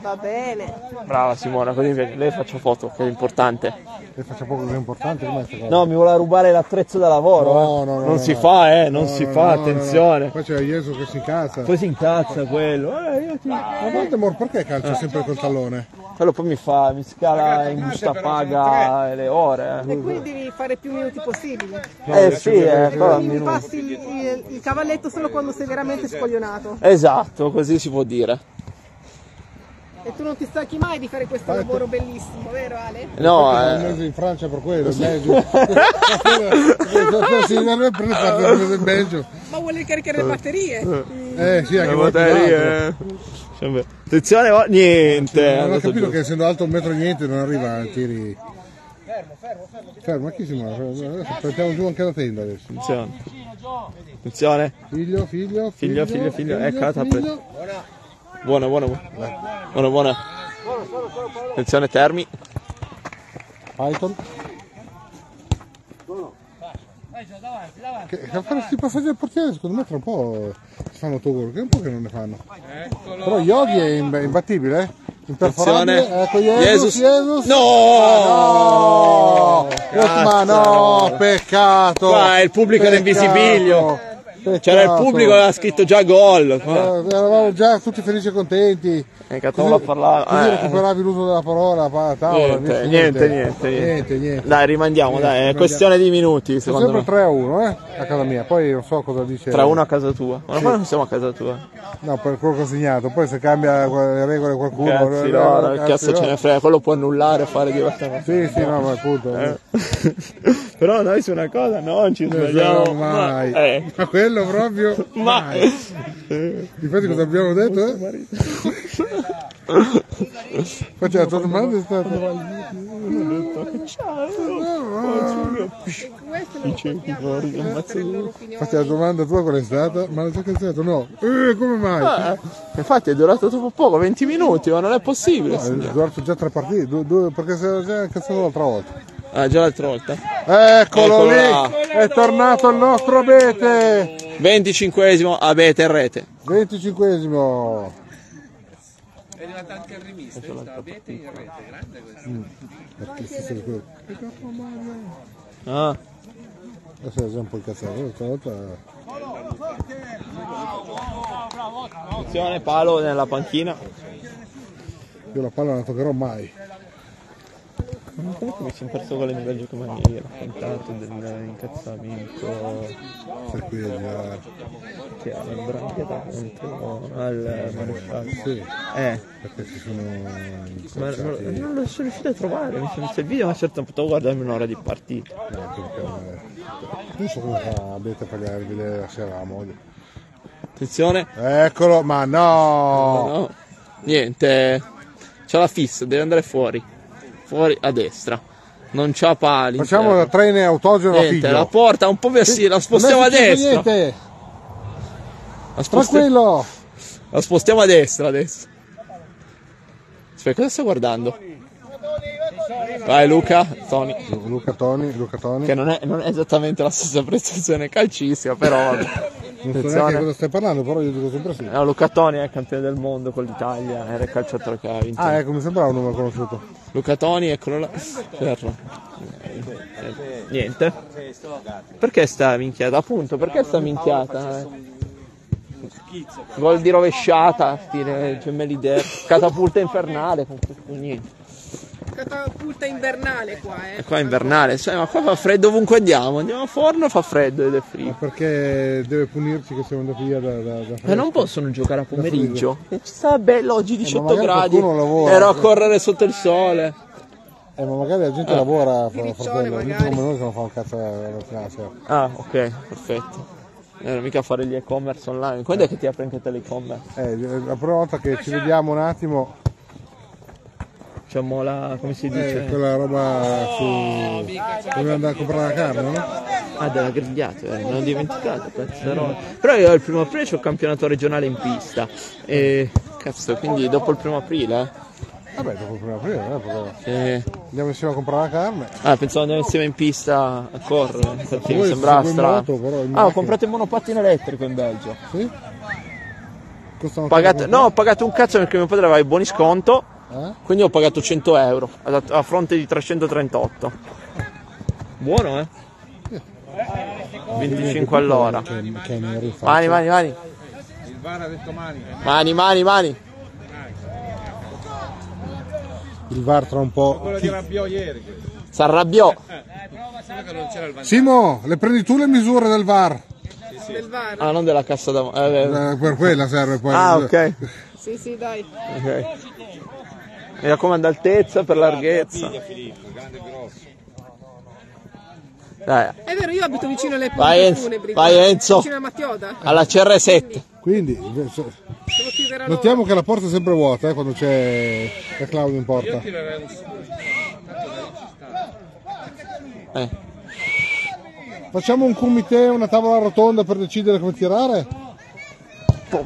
C: Va bene.
A: Brava Simona, così mi- lei faccia foto, che è l'importante.
B: E faccia poco che è importante com'è sta cosa?
A: No, mi vuole rubare l'attrezzo da lavoro.
B: No,
A: eh.
B: no, no,
A: non
B: no,
A: si
B: no.
A: fa, eh, non
B: No,
A: si
B: no,
A: fa,
B: no, no,
A: attenzione.
B: no. Poi c'è Gesù che si incazza.
A: Poi si incazza quello. Eh, io ti-
B: Ma Voldemort perché calcia sempre col tallone?
A: Quello poi mi fa, mi scala in busta paga e le ore.
C: E quindi devi fare più minuti possibili.
A: Eh, eh sì, eh, però
C: Quindi
A: mi-
C: passi il, il- il cavalletto solo quando sei veramente spoglionato.
A: Esatto, così si può dire.
C: E tu non ti stanchi mai di fare questo lavoro bellissimo, vero Ale?
A: No,
B: È
A: eh,
B: mese in Francia per quello, in Belgio. Sì, non è per il fatto che sei in Belgio.
C: Ma vuole ricaricare le batterie?
B: Eh sì, anche qualcun altro.
A: Vabbè. Attenzione, oh, niente. è
B: eh. Non ho
A: andato
B: capito
A: giù.
B: che essendo alto un metro e niente non arriva a tiri. Fermo, fermo, fermo. Fermo, ma chi si muove? Adesso Prendiamo giù anche la tenda adesso.
A: Attenzione. Attenzione.
B: Figlio, figlio,
A: Figlio, figlio, figlio. Ecco, la tappa.
B: figlio.
A: Buona, buona, buona. Buona, buona. Attenzione, Termi.
B: Python. Che, che fare questi passaggi al portiere secondo me tra un po' si fanno autogol, che è un po' che non ne fanno. Però Yogi è imb- imbattibile, eh? Imperforabile.
A: Attenzione.
B: Ecco Jesus,
A: Jesus.
B: Jesus.
A: No!
B: Oh, ma no, peccato.
A: Qua il pubblico era in
B: Peccato.
A: visibilio.
B: Peccato.
A: C'era il pubblico che aveva scritto già gol. qua.
B: Eh, eravamo già tutti felici e contenti.
A: Eh, Catola parlava.
B: Così
A: eh.
B: recuperavi l'uso della parola, pa- a tavola,
A: Niente, niente, niente,
B: niente,
A: niente.
B: niente.
A: Dai, rimandiamo, dai, è
B: rimandiamo.
A: questione di minuti,
B: Sono
A: secondo me.
B: sempre 3 a 1 eh, a casa mia, poi non so cosa dice.
A: 3-1 a casa tua. Ma qua non siamo a casa tua.
B: No, per quello che ho segnato, poi se cambia le regole qualcuno.
A: Cazzi,
B: eh,
A: no,
B: eh,
A: il cazzo ce
B: no.
A: ne frega, quello può annullare, fare diversamente.
B: Sì, sì, no, ma appunto.
A: Eh, Però noi su una cosa no, non ci
B: Non siamo
A: sbagliamo
B: mai.
A: Ma, eh,
B: Ma quello proprio.
A: ma-
B: Infatti cosa abbiamo detto? Eh? Infatti la tua domanda è stata...
C: Questo non lo sappiamo, per le loro opinioni.
B: Infatti la domanda tua qual è stata? Ma la tua cazzato no. Eh, come mai?
A: Ah, infatti è durato troppo poco, 20 minuti, ma non è possibile.
B: Ha durato Eh, già tre partite, due- due- perché si era già incazzato l'altra volta.
A: Ah, già l'altra volta.
B: Eccolo
A: Eccolo
B: lì,
A: là.
B: è tornato il nostro abete.
A: 25esimo, abete in rete.
B: 25esimo.
D: È arrivato anche il rimista, sta avete in rete, grande questo.
B: Mm.
A: Ah,
B: Adesso è già un po' incazzato, l'altra volta...
A: attenzione, palo nella panchina.
B: Io la palla non la toccherò mai.
A: Comunque mi sono perso con le mie gioco maniera, intanto dell'incazzamento
B: Per cui eh,
A: che ha l'embrangheta contro al maresciallo.
B: sì,
A: Eh,
B: perché si sono
A: ma non,
B: incazzati
A: non lo sono riuscito a trovare, mi sono visto il video ma a un certo punto guardarmi un'ora di partita.
B: anche perché non so come fa Abete a pagare vedere la sera la moglie.
A: Attenzione,
B: Eccolo, ma no!
A: no, niente, c'ha la fissa, deve andare fuori, fuori a destra, non c'ha pali.
B: Facciamo da
A: interno.
B: train autogeno a
A: Niente, la
B: figlio.
A: porta un po' verso, la spostiamo a
B: Non è successo
A: destra.
B: niente,
A: La spostiamo
B: Tranquillo!
A: La spostiamo a destra adesso. Aspetta, cosa sta guardando? Vai Luca, Tony.
B: Luca Toni, Luca Toni.
A: Che non è, non è esattamente la stessa prestazione calcistica, però vabbè.
B: Non so neanche
A: attenzione. Ah,
B: di cosa stai parlando, però io dico sempre sì.
A: No, Luca Toni è campione del mondo con l'Italia, era il calciatore che ha vinto.
B: Ah, ecco, mi sembrava un nome conosciuto.
A: Luca Toni, eccolo là. Ferro. Eh, Niente. Perché sta minchiata? Appunto, perché sta minchiata? eh? Gol di rovesciata, stile gemelli der, catapulta infernale, con con niente.
C: Catapulta invernale qua, eh.
A: E qua è invernale, cioè, ma qua fa freddo ovunque andiamo, andiamo a forno fa freddo ed è
B: Ma
A: frio.
B: perché deve punirci che siamo andati via da... da, da
A: Ma non possono giocare a pomeriggio. Ci sta bello oggi 18
B: Eh, magari
A: gradi.
B: qualcuno lavora.
A: Ero a correre sotto il sole.
B: Eh, ma magari la
A: Ah.
B: gente lavora, fra-
C: Piccione
B: fratello. Mica
C: magari.
B: come noi che non fa un cazzo eh, la la finanza.
A: Ah, ok, perfetto. Non ero mica a fare gli e-commerce online. Quando è che ti apre anche te l'e-commerce?
B: Eh, la prima volta che ci vediamo un attimo
A: Diciamo la. come si
B: eh,
A: dice? Oh, cioè,
B: quella roba su... Dove andare a comprare la carne, no?
A: Ah, della grigliata, eh, non ho dimenticato, cazzo. Però io il primo aprile c'ho il campionato regionale in pista. E. Cazzo, quindi dopo il primo aprile.
B: Vabbè, dopo il primo aprile, non è un problema.
A: eh, eh,
B: Andiamo insieme a comprare la carne.
A: Ah, pensavo andiamo insieme in pista a correre, infatti mi
B: Voi
A: sembrava
B: siete in
A: strano.
B: moto, però, in
A: ah, ho
B: macchina.
A: comprato il monopattino elettrico in Belgio.
B: Sì? Costano
A: Pagato, no, ho pagato un cazzo perché mio padre aveva i buoni sconto,
B: Eh?
A: quindi ho pagato 100 euro a, a fronte di 338. Buono, eh? 25 all'ora.
B: Che, che mi rifà.
A: Mani, mani, mani.
D: Il VAR ha detto mani.
A: Mani, mani, mani.
B: Il VAR tra un po'.
D: Quello di Rabbiò ieri. questo.
A: S'arrabbiò.
D: Solo che non c'era il vantaggio.
B: Simo, le prendi tu le misure del VAR?
C: Del VAR.
A: Ah, non della cassa da... eh, eh.
B: Eh, per quella serve poi.
A: Ah, ok.
C: Sì, sì, dai.
A: ok. Mi raccomando altezza per larghezza.
D: Filippo, grande e grosso.
A: Dai,
C: È vero, io abito vicino alle
A: Vai,
C: punte
A: Enzo.
C: funebri.
A: Vai,
C: qua,
A: Enzo.
C: Vicino a Mattioda.
A: alla CR7.
B: Quindi, se-
C: Se lo chiuderà loro.
B: notiamo che la porta è sempre vuota eh, quando c'è la Claudio in
D: Io
B: porta.
D: tirerei un scudo.
A: Eh.
B: Facciamo un comité, una tavola rotonda per decidere come tirare?
A: Eh,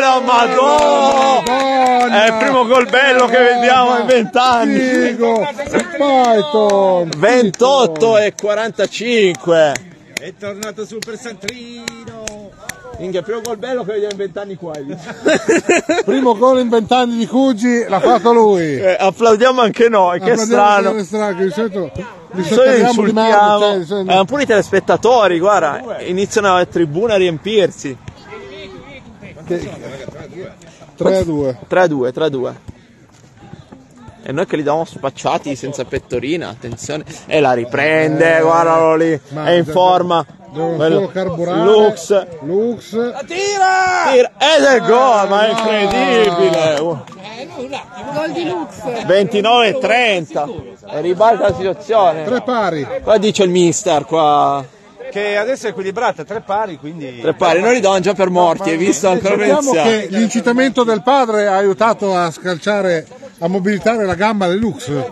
A: la madonna!
B: Madonna!
A: È il primo gol bello che vediamo in vent'anni.
B: Figo! Python!
A: 28 e 45.
D: È tornato sul persantrino.
A: Minchia, primo gol bello che vediamo in vent'anni qua. eh.
B: Primo gol in vent'anni di Cugi, l'ha fatto lui!
A: Eh, applaudiamo anche noi, che
B: Applaudiamo
A: strano.
B: per strano, che di solito li
A: Solo
B: sottoliamo di merda, cioè,
A: insultiamo.
B: di solito-
A: Eh, pure i telespettatori, guarda, iniziano a tribuna a riempirsi. Eh,
B: 3 a 2.
A: 3-2, 3-2. E noi che li davamo spacciati senza pettorina, attenzione. E la riprende, guardalo lì,
B: Eh, ma-
A: è in forma.
B: Devono
A: Bello.
B: solo carburare.
A: Lux,
B: Lux.
A: tira, ed è
B: Ah,
A: gol, ma è incredibile.
C: Gol di Lux.
A: 29-30. E ribalta la situazione.
B: Tre pari.
A: Qua dice il mister, qua.
D: che adesso è equilibrata, tre pari, quindi...
A: Tre pari, noi li davamo già per morti, hai visto? Ancora non
B: Diciamo
A: iniziamo.
B: che l'incitamento del padre ha aiutato a scalciare, a mobilitare la gamba Lux.
A: Eh.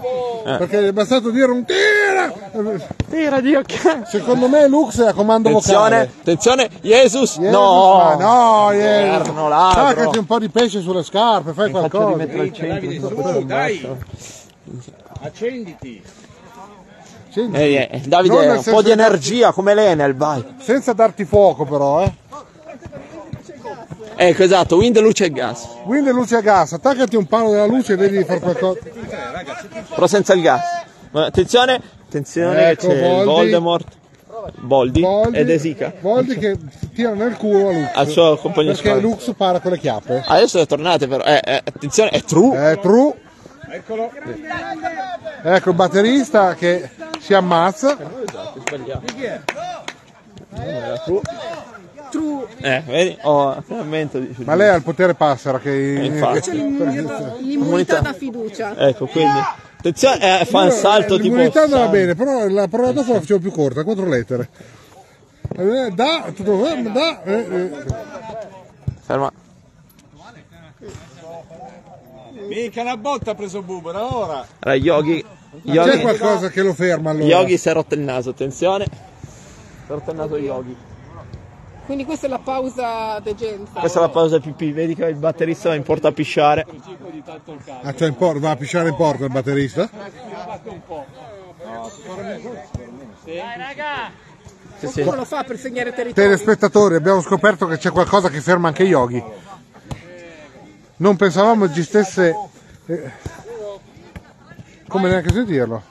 B: Perché gli è bastato dire un tira!
A: Tira, Dio, che...
B: Secondo me Lux è a comando
A: Attenzione,
B: vocale.
A: attenzione, Jesus,
B: Jesus,
A: no,
B: ma no, yeah.
A: Erno, ladro.
B: Staccati un po' di pesce sulle scarpe, fai
A: faccio
B: qualcosa.
A: rimettere al centro.
D: Su, dai! Accenditi!
B: Sì,
A: Eh, eh,
B: Non
A: Davide,
B: nel
A: un po'
B: senso
A: di
B: che-
A: energia come l'Enel, vai.
B: senza darti fuoco però, eh.
A: Ecco, esatto, wind, luce e gas,
B: Quindi luce a gas, attaccati un palo della luce e vedi di fare qualcosa.
A: però senza il gas. Ma attenzione, attenzione,
B: Ecco,
A: che c'è il
B: Boldi.
A: Voldemort, Boldi,
B: Voldi,
A: ed Esica.
B: Voldi che tira nel culo a Lux.
A: Al suo compagno di
B: perché
A: squadra.
B: Lux para con le chiappe.
A: Adesso è tornate però, eh, eh, attenzione, è true.
B: Eh, true.
D: Eccolo!
B: Ecco il batterista che si ammazza.
A: Eh, vedi? Oh, finalmente dice-
B: Ma lei ha il potere passera che...
A: Eh,
B: Eh,
A: Infatti.
C: L'immunità da fiducia.
A: Ecco, quindi. Attenzione, eh, fa un salto tipo.
B: L'immunità andava bene, però la parola dopo la facevo più corta, quattro lettere. Eh, Da, tutto, eh, da, eh, eh.
A: Ferma.
D: Mica una botta ha preso Bubera, ora!
A: Allora, Yogi.
B: C'è
A: Yogi,
B: qualcosa che lo ferma allora?
A: Yogi si è rotto il naso, attenzione. Eh. Si è rotto il naso Yogi.
C: Quindi questa è la pausa degenza.
A: Questa è la pausa pipì, vedi che il batterista va in porta a pisciare.
B: Ah, cioè in por- va a pisciare in porta il batterista?
A: Sì, sì.
C: Lo fa per segnare territorio.
B: Telespettatori, abbiamo scoperto che c'è qualcosa che ferma anche Yogi. Non pensavamo esistesse... eh, Come neanche sentirlo?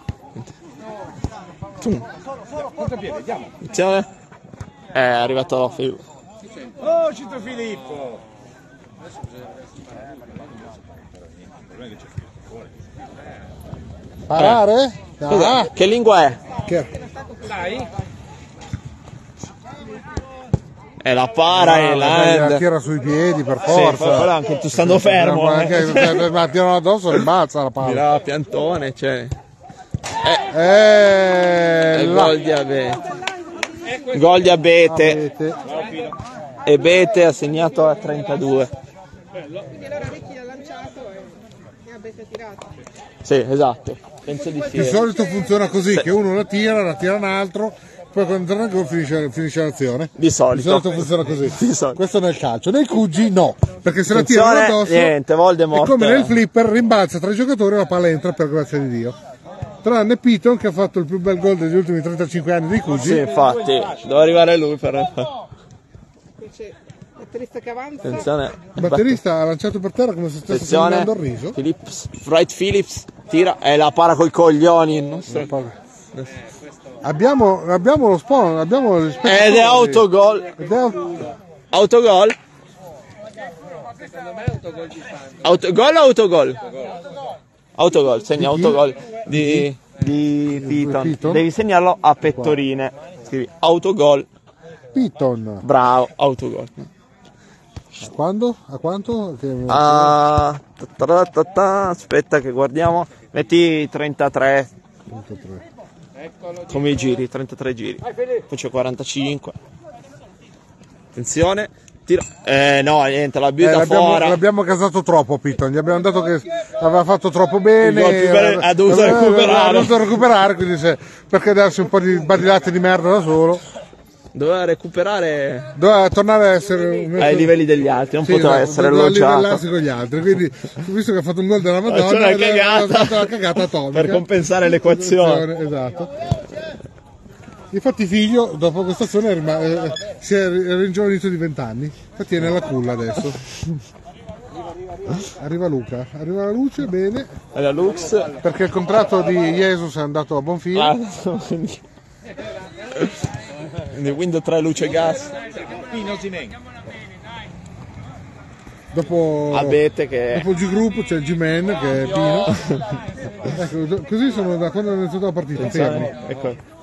A: Attenzione. Eh, È arrivato Filippo.
D: Oh, Cito Filippo!
A: Eh.
B: Parare?
A: Cos'è?
B: Ah,
A: Che lingua è?
B: che-
A: È Ah, la para, è
B: dai, la
A: land.
B: tira sui piedi per
A: Sì, poi- poi
B: forza.
A: anche tu stando
B: Ma
A: fermo.
B: anche- eh, Ma tirano addosso e rimbalza la palla.
A: Mirà, piantone, cioè.
B: Eh,
A: E
B: là.
A: gol di abete. Gol di abete. E Bete ha segnato a 32.
C: Quindi allora Ricchi l'ha lanciato e, e avete tirato.
A: Sì, esatto. Penso di
B: Di
A: sì.
B: solito funziona così, che uno la tira, la tira un altro, poi quando torna in gol finisce, finisce l'azione.
A: Di
B: Di
A: solito.
B: solito funziona così.
A: Di solito.
B: Questo nel calcio. Nei QG no, perché se la
A: Attenzione,
B: tirano addosso
A: niente, Voldemort.
B: è come nel flipper, rimbalza tra i giocatori e la palla entra per grazia di Dio. Tranne Piton che ha fatto il più bel gol degli ultimi 35 anni dei QG.
A: Sì, infatti. Doveva arrivare lui per...
C: Qui c'è la triste che avanza.
A: Attenzione.
B: Il batterista ha lanciato per terra come se stesse
A: Attenzione.
B: filmando il riso.
A: Philips. Wright Phillips. Tira. E la para coi coglioni. il nostro-
B: Abbiamo, abbiamo lo spawn, abbiamo gli
A: Ed
B: spettatori.
A: è autogol.
B: Ed è aut-
A: Autogol. Autogol o autogol? Autogol, segna autogol di, di Piton.
B: Piton.
A: Devi segnarlo a pettorine. Scrivi autogol,
B: Piton.
A: bravo, autogol.
B: A quando? A quanto? Che-
A: Ah, ta ta ta ta, aspetta che guardiamo. Metti 33
B: 33.
A: come i giri, 33 giri. Poi c'è 45. Attenzione, tira. Eh no, niente, la
B: Eh,
A: biuta
B: l'abbiamo,
A: fuori.
B: l'abbiamo casato troppo Piton, gli abbiamo dato che aveva fatto troppo
A: Il gol più
B: bene,
A: bello- ha dovuto
B: aveva-
A: recuperare.
B: Ha dovuto recuperare, quindi se- perché darsi un po' di badilate di merda da solo,
A: Doveva recuperare
B: doveva tornare a essere un-
A: ai livelli degli altri, non
B: Eh, sì,
A: poteva
B: esatto,
A: essere
B: doveva
A: elogiato.
B: livellarsi con gli altri, quindi visto che ha fatto un gol della
A: Ma c'è
B: Madonna,
A: una
B: ha
A: cagata.
B: fatto la cagata atomica.
A: Per compensare l'equazione.
B: Esatto. Infatti figlio dopo questa azione è rima- eh, si è ri- ringiovanito di 20 anni, infatti è nella culla adesso. Arriva Luca, arriva la luce, bene.
A: È la Lux.
B: Perché il contratto di Jesus è andato a buon fine.
A: Ah, quindi Windows 3 luce gas
D: Pino Simen.
B: Dopo,
A: ah, abete che
B: dopo il G-Group c'è il G-Man che è Pino. Ecco, do- così sono da quando è iniziata la partita, fermi.
A: ecco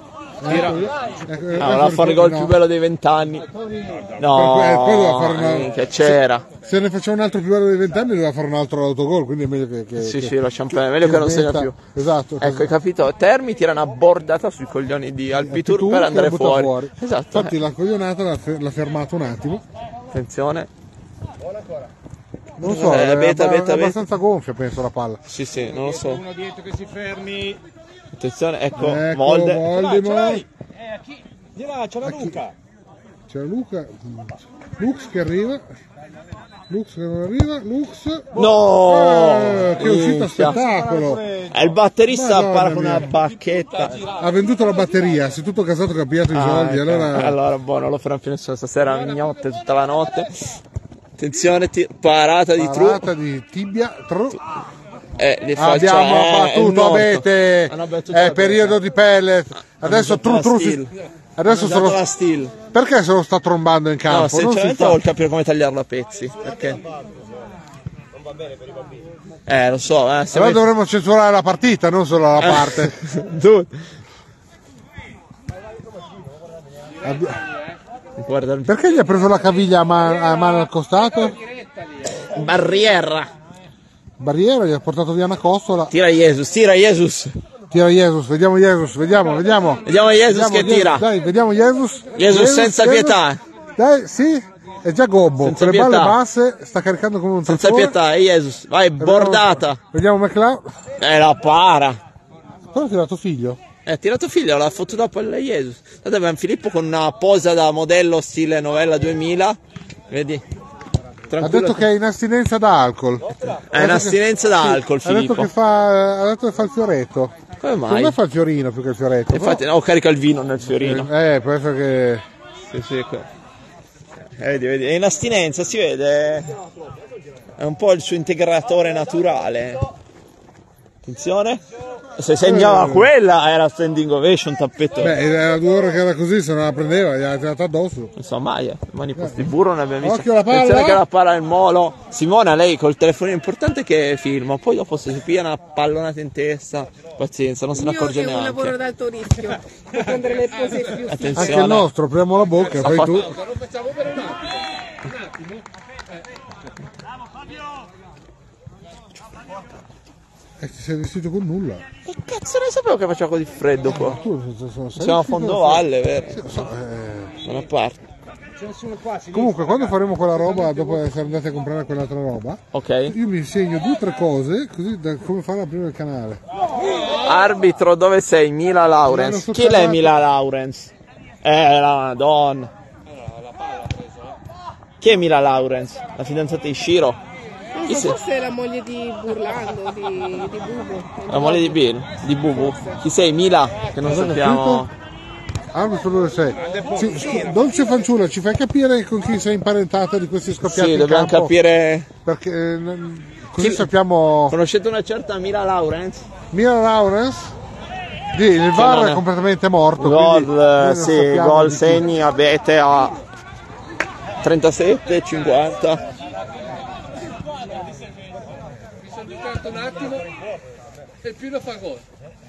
B: Eh, eh,
A: Ah, era fuori gol
B: no.
A: più bello dei vent'anni.
B: Eh, poi doveva
A: No,
B: fare una-
A: minchia, c'era.
B: Se ne faceva un altro più bello dei vent'anni doveva fare un altro autogol, quindi è meglio che... che
A: Sì,
B: che-
A: sì, lasciamo perdere, meglio che non segna
B: inventa-
A: più.
B: Esatto.
A: Ecco, hai capito? Termiti era una bordata sui coglioni di Alpitur
B: Pitur
A: per
B: che
A: andare
B: la butta
A: fuori. Esatto.
B: Infatti
A: eh.
B: la coglionata l'ha, fe- l'ha fermato un attimo.
A: Attenzione.
B: Non so,
A: Eh,
B: è,
A: beta,
B: abba-
A: beta, beta.
B: è abbastanza gonfia penso la palla.
A: Sì, sì, non lo so.
D: Uno dietro che si fermi.
A: Attenzione, ecco,
B: Ecco,
A: Molde.
B: Voldemort.
D: Eh, a chi? Di là, c'è la Luca.
B: C'è Luca. Lux che arriva. Lux che non arriva. Lux.
A: No!
B: Eh, che uscita
A: Minchia.
B: spettacolo.
A: E Eh, il batterista
B: Madonna
A: appara con
B: mia.
A: una bacchetta.
B: Ha venduto la batteria, si è tutto casato che ha pigliato i
A: Ah,
B: soldi,
A: ecco.
B: allora...
A: Allora, boh, non lo farà più nessuno stasera, mignotte tutta la notte. Attenzione, ti- parata di Tru.
B: Parata di tibia, tru.
A: Eh, di faccia-
B: Abbiamo
A: eh, è
B: battuto
A: morto.
B: Abete,
A: Hanno battuto
B: è
A: Abete.
B: eh, periodo di pellet. Adesso
A: usato la
B: tru tru si...
A: steel.
B: Adesso
A: Hanno usato
B: sono...
A: la steel.
B: Perché se lo sta trombando in campo?
A: No,
B: Non Ah, si
A: sinceramente
B: fa.
A: voglio capire come tagliarlo a pezzi. Perché? Eh, lo so, eh, se Eh.
B: Allora
A: metti-
B: dovremmo censurare la partita, non solo la parte.
A: Tu-
B: Abbi-
A: Guarda il
B: Perché gli ha preso la caviglia a, ma- a mano al costato?
A: barriera.
B: Barriera, gli ha portato via una costola.
A: Tira Jesus, tira Jesus.
B: Tira Jesus, vediamo Jesus, vediamo, vediamo.
A: Vediamo Jesus
B: Vediamo
A: che
B: Jesus,
A: tira.
B: Dai, vediamo Jesus.
A: senza pietà.
B: Dai, sì, è già gobbo.
A: Senza
B: con le balle
A: pietà.
B: basse sta caricando come un
A: Senza
B: trattore.
A: pietà, eh, Jesus. Vai,
B: Vediamo-
A: bordata.
B: Vediamo McLeod.
A: Eh, la para.
B: Però ha tirato figlio.
A: Eh, tira tuo figlio, l'ha fottuta poi la Jesus. Guarda, abbiamo Filippo con una posa da modello stile novella 2000. Vedi?
B: Ha
A: Tranquillo.
B: detto che è in astinenza da alcol. Ha
A: È
B: detto
A: un'astinenza da
B: che- sì,
A: alcol,
B: Ha detto,
A: Filippo.
B: che fa, ha detto che fa il fioretto.
A: Come
B: Secondo
A: mai?
B: me fa il fiorino più che il fioretto. però-
A: Infatti, no, carica il vino nel fiorino.
B: Eh, può essere che...
A: Sì, sì, que- eh, vedi, vedi, è in astinenza, si vede. È un po' il suo integratore naturale. Attenzione. Se segnava quella era standing ovation, tappeto.
B: Mm. Beh, era due ore che era così, se non la prendeva, gli ha tirato addosso.
A: Non so mai, eh. mani posti burro ne abbiamo visto.
B: Occhio alla palla.
A: Attenzione che la palla il molo. Simona, lei col telefono importante che filma, poi dopo se si piglia una pallonata in testa, pazienza, non se ne
C: Io
A: accorge
C: che un lavoro
A: neanche.
C: ad alto rischio, per prendere le pose più
B: Anche il
A: Attenzione.
B: nostro, apriamo la bocca, fai
A: fatto-
B: tu. E Eh, ti sei vestito con nulla.
A: Che cazzo ne sapevo che faceva così freddo qua?
B: Tu se- se-
A: Siamo a
B: se- sei vestito-
A: fondovalle, vero?
B: so, eh,
A: Da una parte.
B: Comunque, quando faremo quella roba, dopo essere andati a comprare quell'altra roba,
A: Ok.
B: io mi segno due o tre cose, così da come fare a aprire il canale.
A: Arbitro, dove sei? Mila
B: Milano
A: Lawrence.
B: sul
A: Chi l'è
B: canato.
A: Mila Lawrence? Eh, la madonna. Chi è Mila Lawrence? La fidanzata di Shiro?
C: Non
A: Chi
C: so,
A: se-
C: forse è la moglie di Burlando, di, di Bubo.
A: La moglie di Bill? Di Bubu? Chi sei Mila? Che non sappiamo.
B: Arbitro dove sei? Ci, scu- Dolce fanciulla, ci fai capire con chi sei imparentata di questi scoppiati
A: Sì,
B: in
A: dobbiamo
B: campo?
A: capire.
B: Perché eh, n- così
A: Chi-
B: sappiamo
A: Conoscete una certa Mila Lawrence?
B: Mira Lawrence. Lì, il VAR
A: non è-
B: è completamente morto. quindi noi
A: Gol, eh,
B: non
A: sì,
B: sappiamo
A: gol
B: di chi.
A: segni, abete a 37, 50.
D: Soltanto un attimo. E più lo fa gol.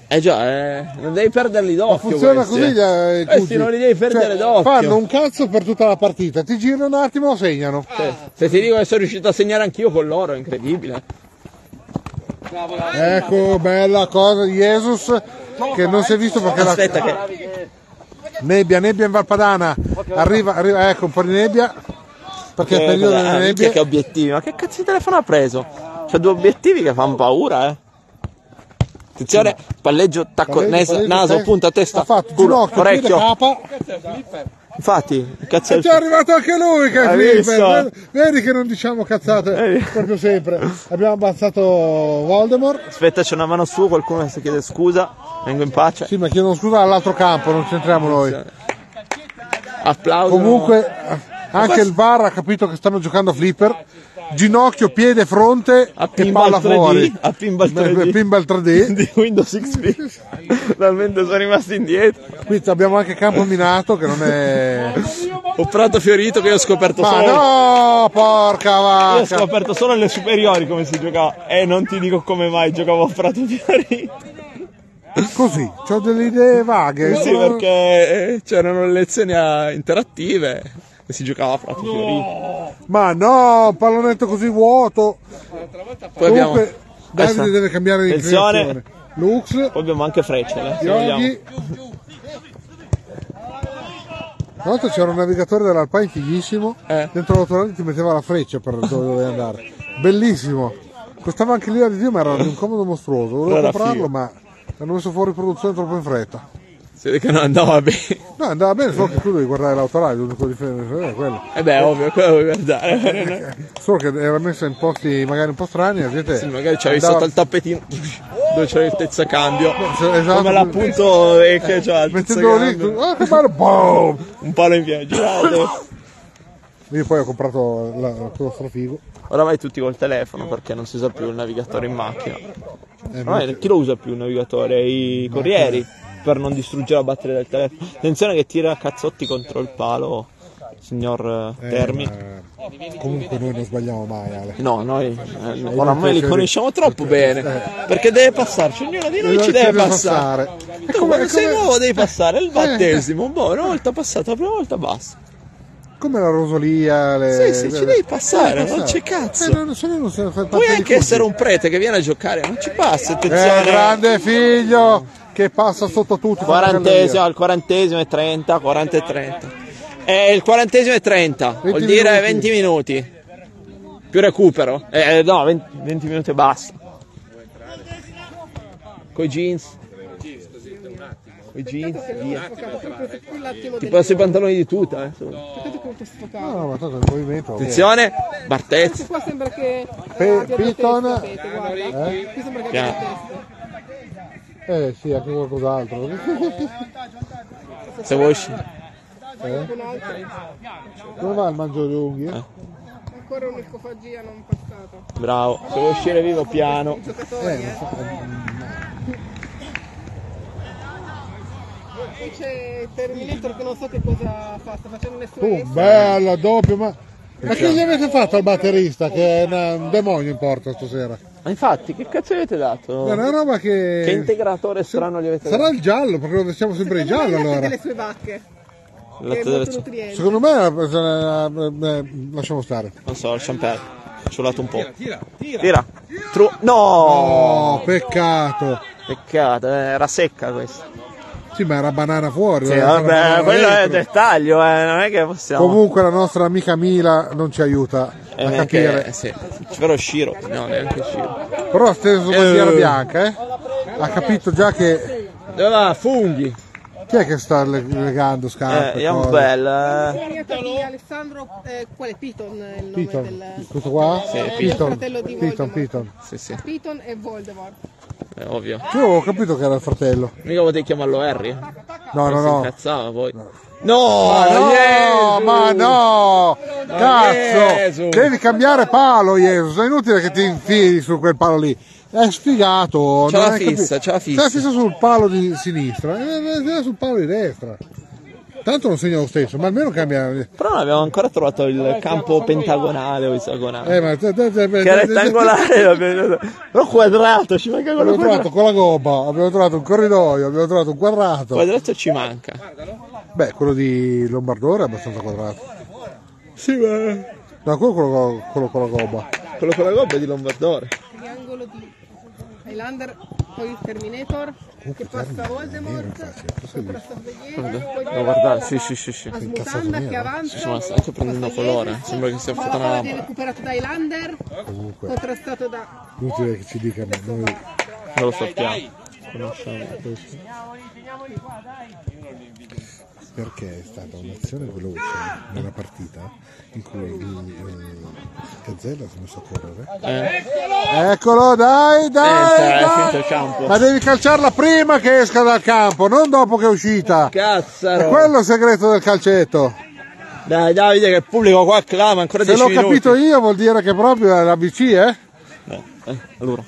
A: Eh già, eh, non devi perderli d'occhio.
B: Funziona
A: questi,
B: così
A: eh.
B: gli, eh, i
A: Questi
B: Cugli.
A: non li devi perdere
B: Cioè,
A: d'occhio.
B: Fanno un cazzo per tutta la partita, ti girano un attimo, segnano.
A: Se ti dico che sono riuscito a segnare anch'io con loro, è incredibile.
B: Ecco, bella cosa di Jesus che non si è visto perché la
A: Aspetta che...
B: nebbia, nebbia in Valpadana. Arriva, arriva, ecco, un po' di nebbia. Perché è il periodo
A: Ah,
B: delle
A: minchia,
B: nebbie.
A: che obiettivi, ma che cazzo di telefono ha preso? C'ha due obiettivi che fanno paura, eh. Attenzione, palleggio, tacco,
B: Palleggio,
A: nes-
B: palleggio,
A: naso,
B: testa.
A: punta, testa,
B: ha fatto
A: culo,
B: ginocchio, piede,
A: orecchio.
B: capa.
A: Infatti, che cazzo
B: È
A: è
B: già arrivato anche lui che
A: Hai
B: è flipper.
A: visto?
B: Vedi- Vedi che non diciamo cazzate
A: Eh.
B: proprio sempre. Abbiamo avanzato Voldemort.
A: Aspetta, c'è una mano su, qualcuno che si chiede scusa, vengo in pace.
B: Sì, ma chiedono scusa all'altro campo, non c'entriamo noi.
A: Applauso.
B: Comunque anche il VAR ha capito che stanno giocando a flipper. Ginocchio, piede, fronte
A: A
B: e
A: pinball
B: palla
A: 3D,
B: fuori.
A: a pinball 3D.
B: Pinball 3D.
A: di Windows XP. Talmente sono rimasti indietro.
B: Qui abbiamo anche campo minato che non è...
A: Ho prato fiorito che io ho scoperto
B: Ma
A: solo.
B: no, porca
A: Io ho
B: vacca!
A: scoperto solo alle superiori come si giocava. E non ti dico come mai giocavo a Prato Fiorito.
B: Così, ho delle idee vaghe.
A: Sì,
B: sono-
A: perché c'erano le lezioni eh, interattive e si giocava fra tutti lì.
B: Ma no, pallonetto così vuoto.
A: Poi abbiamo,
B: Comunque, Davide
A: Adesso-
B: deve cambiare di
A: Attenzione.
B: creazione. Lux,
A: poi abbiamo anche Frecciale, se vogliamo.
B: Yoghi. Una volta c'era un navigatore dell'Alpine fighissimo,
A: Eh.
B: dentro l'autorale ti metteva la freccia per dove dovevi andare. Bellissimo. Costava anche l'ira di Dio, ma era di un comodo mostruoso. Volevo
A: Era
B: comprarlo,
A: figo.
B: ma l'hanno messo fuori produzione troppo in fretta.
A: Si vede che non andava bene.
B: No, andava bene, solo che tu devi guardare l'autorale, l'unico difetto era quello.
A: E Eh beh, ovvio, quello vuoi guardare.
B: Solo che era messo in posti magari un po' strani, la gente
A: Sì, magari c'avevi
B: andava-
A: sotto il tappetino dove c'era il tezzacambio.
B: se- esatto. Eh,
A: Come l'appunto e che c'ha cioè, il
B: Mettendolo lì,
A: tezzacambio.
B: tu- ah che bello, boom!
A: Un palo in piedi, girato.
B: Io poi ho comprato la, quello strafigo.
A: Oramai tutti col telefono perché non si usa più il navigatore in macchina.
B: Eh,
A: Ormai chi lo usa più il navigatore? I corrieri per non distruggere la batteria del telefono. Attenzione che tira cazzotti contro il palo, signor eh,
B: eh,
A: Termi.
B: ma- Comunque noi non sbagliamo mai, Ale.
A: No, noi eh, oramai li conosciamo troppo bene perché deve passarci, ognuno di noi
B: Eh,
A: ci deve
B: deve
A: passare.
B: passare.
A: Tu quando sei
B: come- Eh.
A: nuovo devi passare il battesimo, boh, una volta passato, la prima volta basta.
B: Come la Rosolia. Le...
A: Sì, sì,
B: le-
A: ci devi passare,
B: Eh, devi
A: non
B: passare.
A: c'è cazzo.
B: Eh, non, se no non se ne fa parte
A: Puoi
B: di
A: anche
B: tutti.
A: essere un prete che viene a giocare, non ci passa,
B: Eh,
A: attenzione.
B: grande figlio che passa sotto tutti.
A: Quarantesimo, il quarantesimo è 30, 40 e 30. Eh, il quarantesimo è 30, vuol
B: 20
A: dire
B: minuti.
A: 20 minuti. Più recupero. Eh, no, 20, 20 minuti e basta. Coi jeans. Coi jeans, via.
C: più l'attimo
A: Ti
C: del
A: passo i pantaloni di tuta. eh, insomma.
C: peccato che non può sfocare.
B: No, no, Ah, ma tanto il movimento.
A: Attenzione, Bartez.
C: Questo qua sembra che eh,
B: Pe-
C: abbia due
B: Piton.
C: teste, avete, guarda. Qui sembra che abbia due teste.
B: Eh sì, anche qualcos'altro. Dove
A: Se vuoi uscire.
C: Un altro.
B: va il mangio di
A: Eh.
B: unghie?
C: Ancora un'ecofagia non passata.
A: Bravo. Se vuoi uscire vivo piano.
B: Eh, non so, eh,
C: Qui c'è Terminator che non so che cosa fa, sta facendo le sue
B: tu, Oh, bella, doppio, ma... Ma che gli avete fatto al batterista che è una- un demonio in porta stasera?
A: Ma infatti, che cazzo gli avete
B: È
A: dato?
B: una roba
A: Oh. Che
B: che...
A: integratore strano gli avete dato?
B: Sarà il giallo, perché lo siamo sempre in giallo allora.
C: delle sue vacche, che è
A: Latte
C: molto
A: della-
C: nutriente.
B: Secondo me è una persona- eh, lasciamo stare.
A: Non so, il champagne. Ho ciulato un po'. Tira, tira. Tira. Tru- no!
B: Oh, peccato.
A: Peccato, eh, era secca questa.
B: Sì, ma era banana fuori. eh,
A: Sì,
B: era banana
A: vabbè, quello è il
B: dentro.
A: dettaglio, eh, non è che possiamo...
B: Comunque la nostra amica Mila non ci aiuta
A: Eh,
B: a
A: neanche-
B: capire.
A: eh, sì. Però Shiro, no, neanche Shiro.
B: Però ha steso
A: Eh.
B: bandiera bianca, eh. Ha capito già che
A: Dove va? Funghi.
B: chi è che sta le- legando
A: Eh,
B: scarpe.
A: è un
B: cose?
A: bel... eh.
C: Di Alessandro, eh, quale Piton è il nome
B: Piton,
C: del
B: questo qua? Piton,
C: fratello di
B: Piton,
C: Voldemort.
B: Piton.
A: Sì, sì,
C: Piton e Voldemort.
A: è ovvio.
B: Io avevo capito che era il fratello.
A: Mica potevi chiamarlo Harry.
B: No, no,
A: Si
B: no.
A: incazzava poi. No!
B: No,
A: Oh, Gesù! Oh,
B: ma no! Cazzo!
A: Gesù!
B: Devi cambiare palo, Jesus. È inutile che ti infili su quel palo lì. È sfigato.
A: C'ha
B: non
A: la
B: hai
A: fissa,
B: capito.
A: c'ha la fissa.
B: C'ha la fissa sul palo di sinistra eh, e sul palo di destra. Tanto non segna lo stesso, ma almeno cambia. Eh,
A: Però non abbiamo ancora trovato il campo pentagonale o esagonale.
B: ma
A: Che è rettangolare, l'abbiamo- però quadrato, ci manca quello
B: Abbiamo trovato
A: eh, quadrato.
B: con la gobba, abbiamo trovato un corridoio, abbiamo trovato un quadrato.
A: Quadrato ci manca.
B: Beh, quello di Lombardore è abbastanza quadrato.
A: Sì, ma...
B: No, quello, quello, quello con la gobba.
A: Quello con la gobba è di Lombardore.
C: Triangolo di Highlander, poi Terminator, che passa Voldemort, sopra Sorvegliere, poi
A: Devo guardare, sì, sì, sì,
B: Cioè,
A: sì.
C: la smutanda che avanza.
A: ma sta anche prendendo colore, sembra che sia
C: Ma
A: fatta
C: la
A: una
C: palla viene
A: lampada.
C: recuperato da Highlander,
B: Comunque,
C: contrastato da
B: inutile che ci dica, ma noi
A: Non lo sappiamo. Conosciamo questo.
B: perché è stata un'azione veloce nella partita in cui il eh, Gazzella si è messo a correre. Eccolo, dai,
A: Entra,
B: dai,
A: Eh. è
B: dai!
A: finito il campo.
B: Ma devi calciarla prima che esca dal campo, non dopo che è uscita. È
A: Cazzaro.
B: quello il segreto del calcetto.
A: Dai Davide che il pubblico qua clama ancora
B: Se
A: 10
B: l'ho
A: minuti.
B: capito io vuol dire che proprio è la BC, eh?
A: Eh, eh, allora,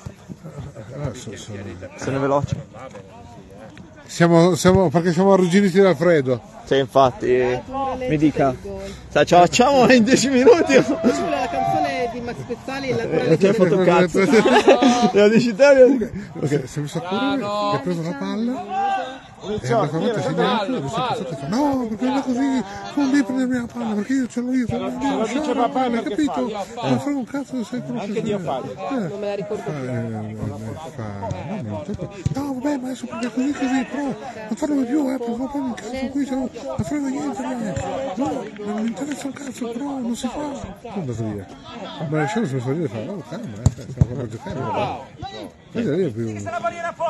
A: sono veloce.
B: Siamo, siamo, perché siamo arrugginiti dal freddo.
A: Sì, infatti,
C: Tura Legge
A: mi dica,
C: del gol.
A: sa, ce la facciamo in 10 minuti?
C: Sulla canzone di format speciale e
B: Eh,
A: Non
C: laterale
A: ti hai fatto un cazzo. La dici te?
B: Ok, si è messo a correre, gli ha preso la palla. È andato avanti a segnare, l'ho passato e fa no, perché non è così, tu non devi prendermi la palla, perché io ce l'ho io, ce l'ho io, ce l'ho io, non hai capito? Non frega un cazzo, sei proprio... Anche Dio fa.
C: non me la ricordo più.
B: No, vabbè, ma adesso perché così così, però non farlo mai più, eh, perché poi un cazzo qui, se no, non frega niente, eh. no, non mi interessa un cazzo, però non si fa. Tu è andato via. Ma lasciamo se sono io, fa, oh, calma, eh, stiamo proprio giocando. guarda. Guarda, io più...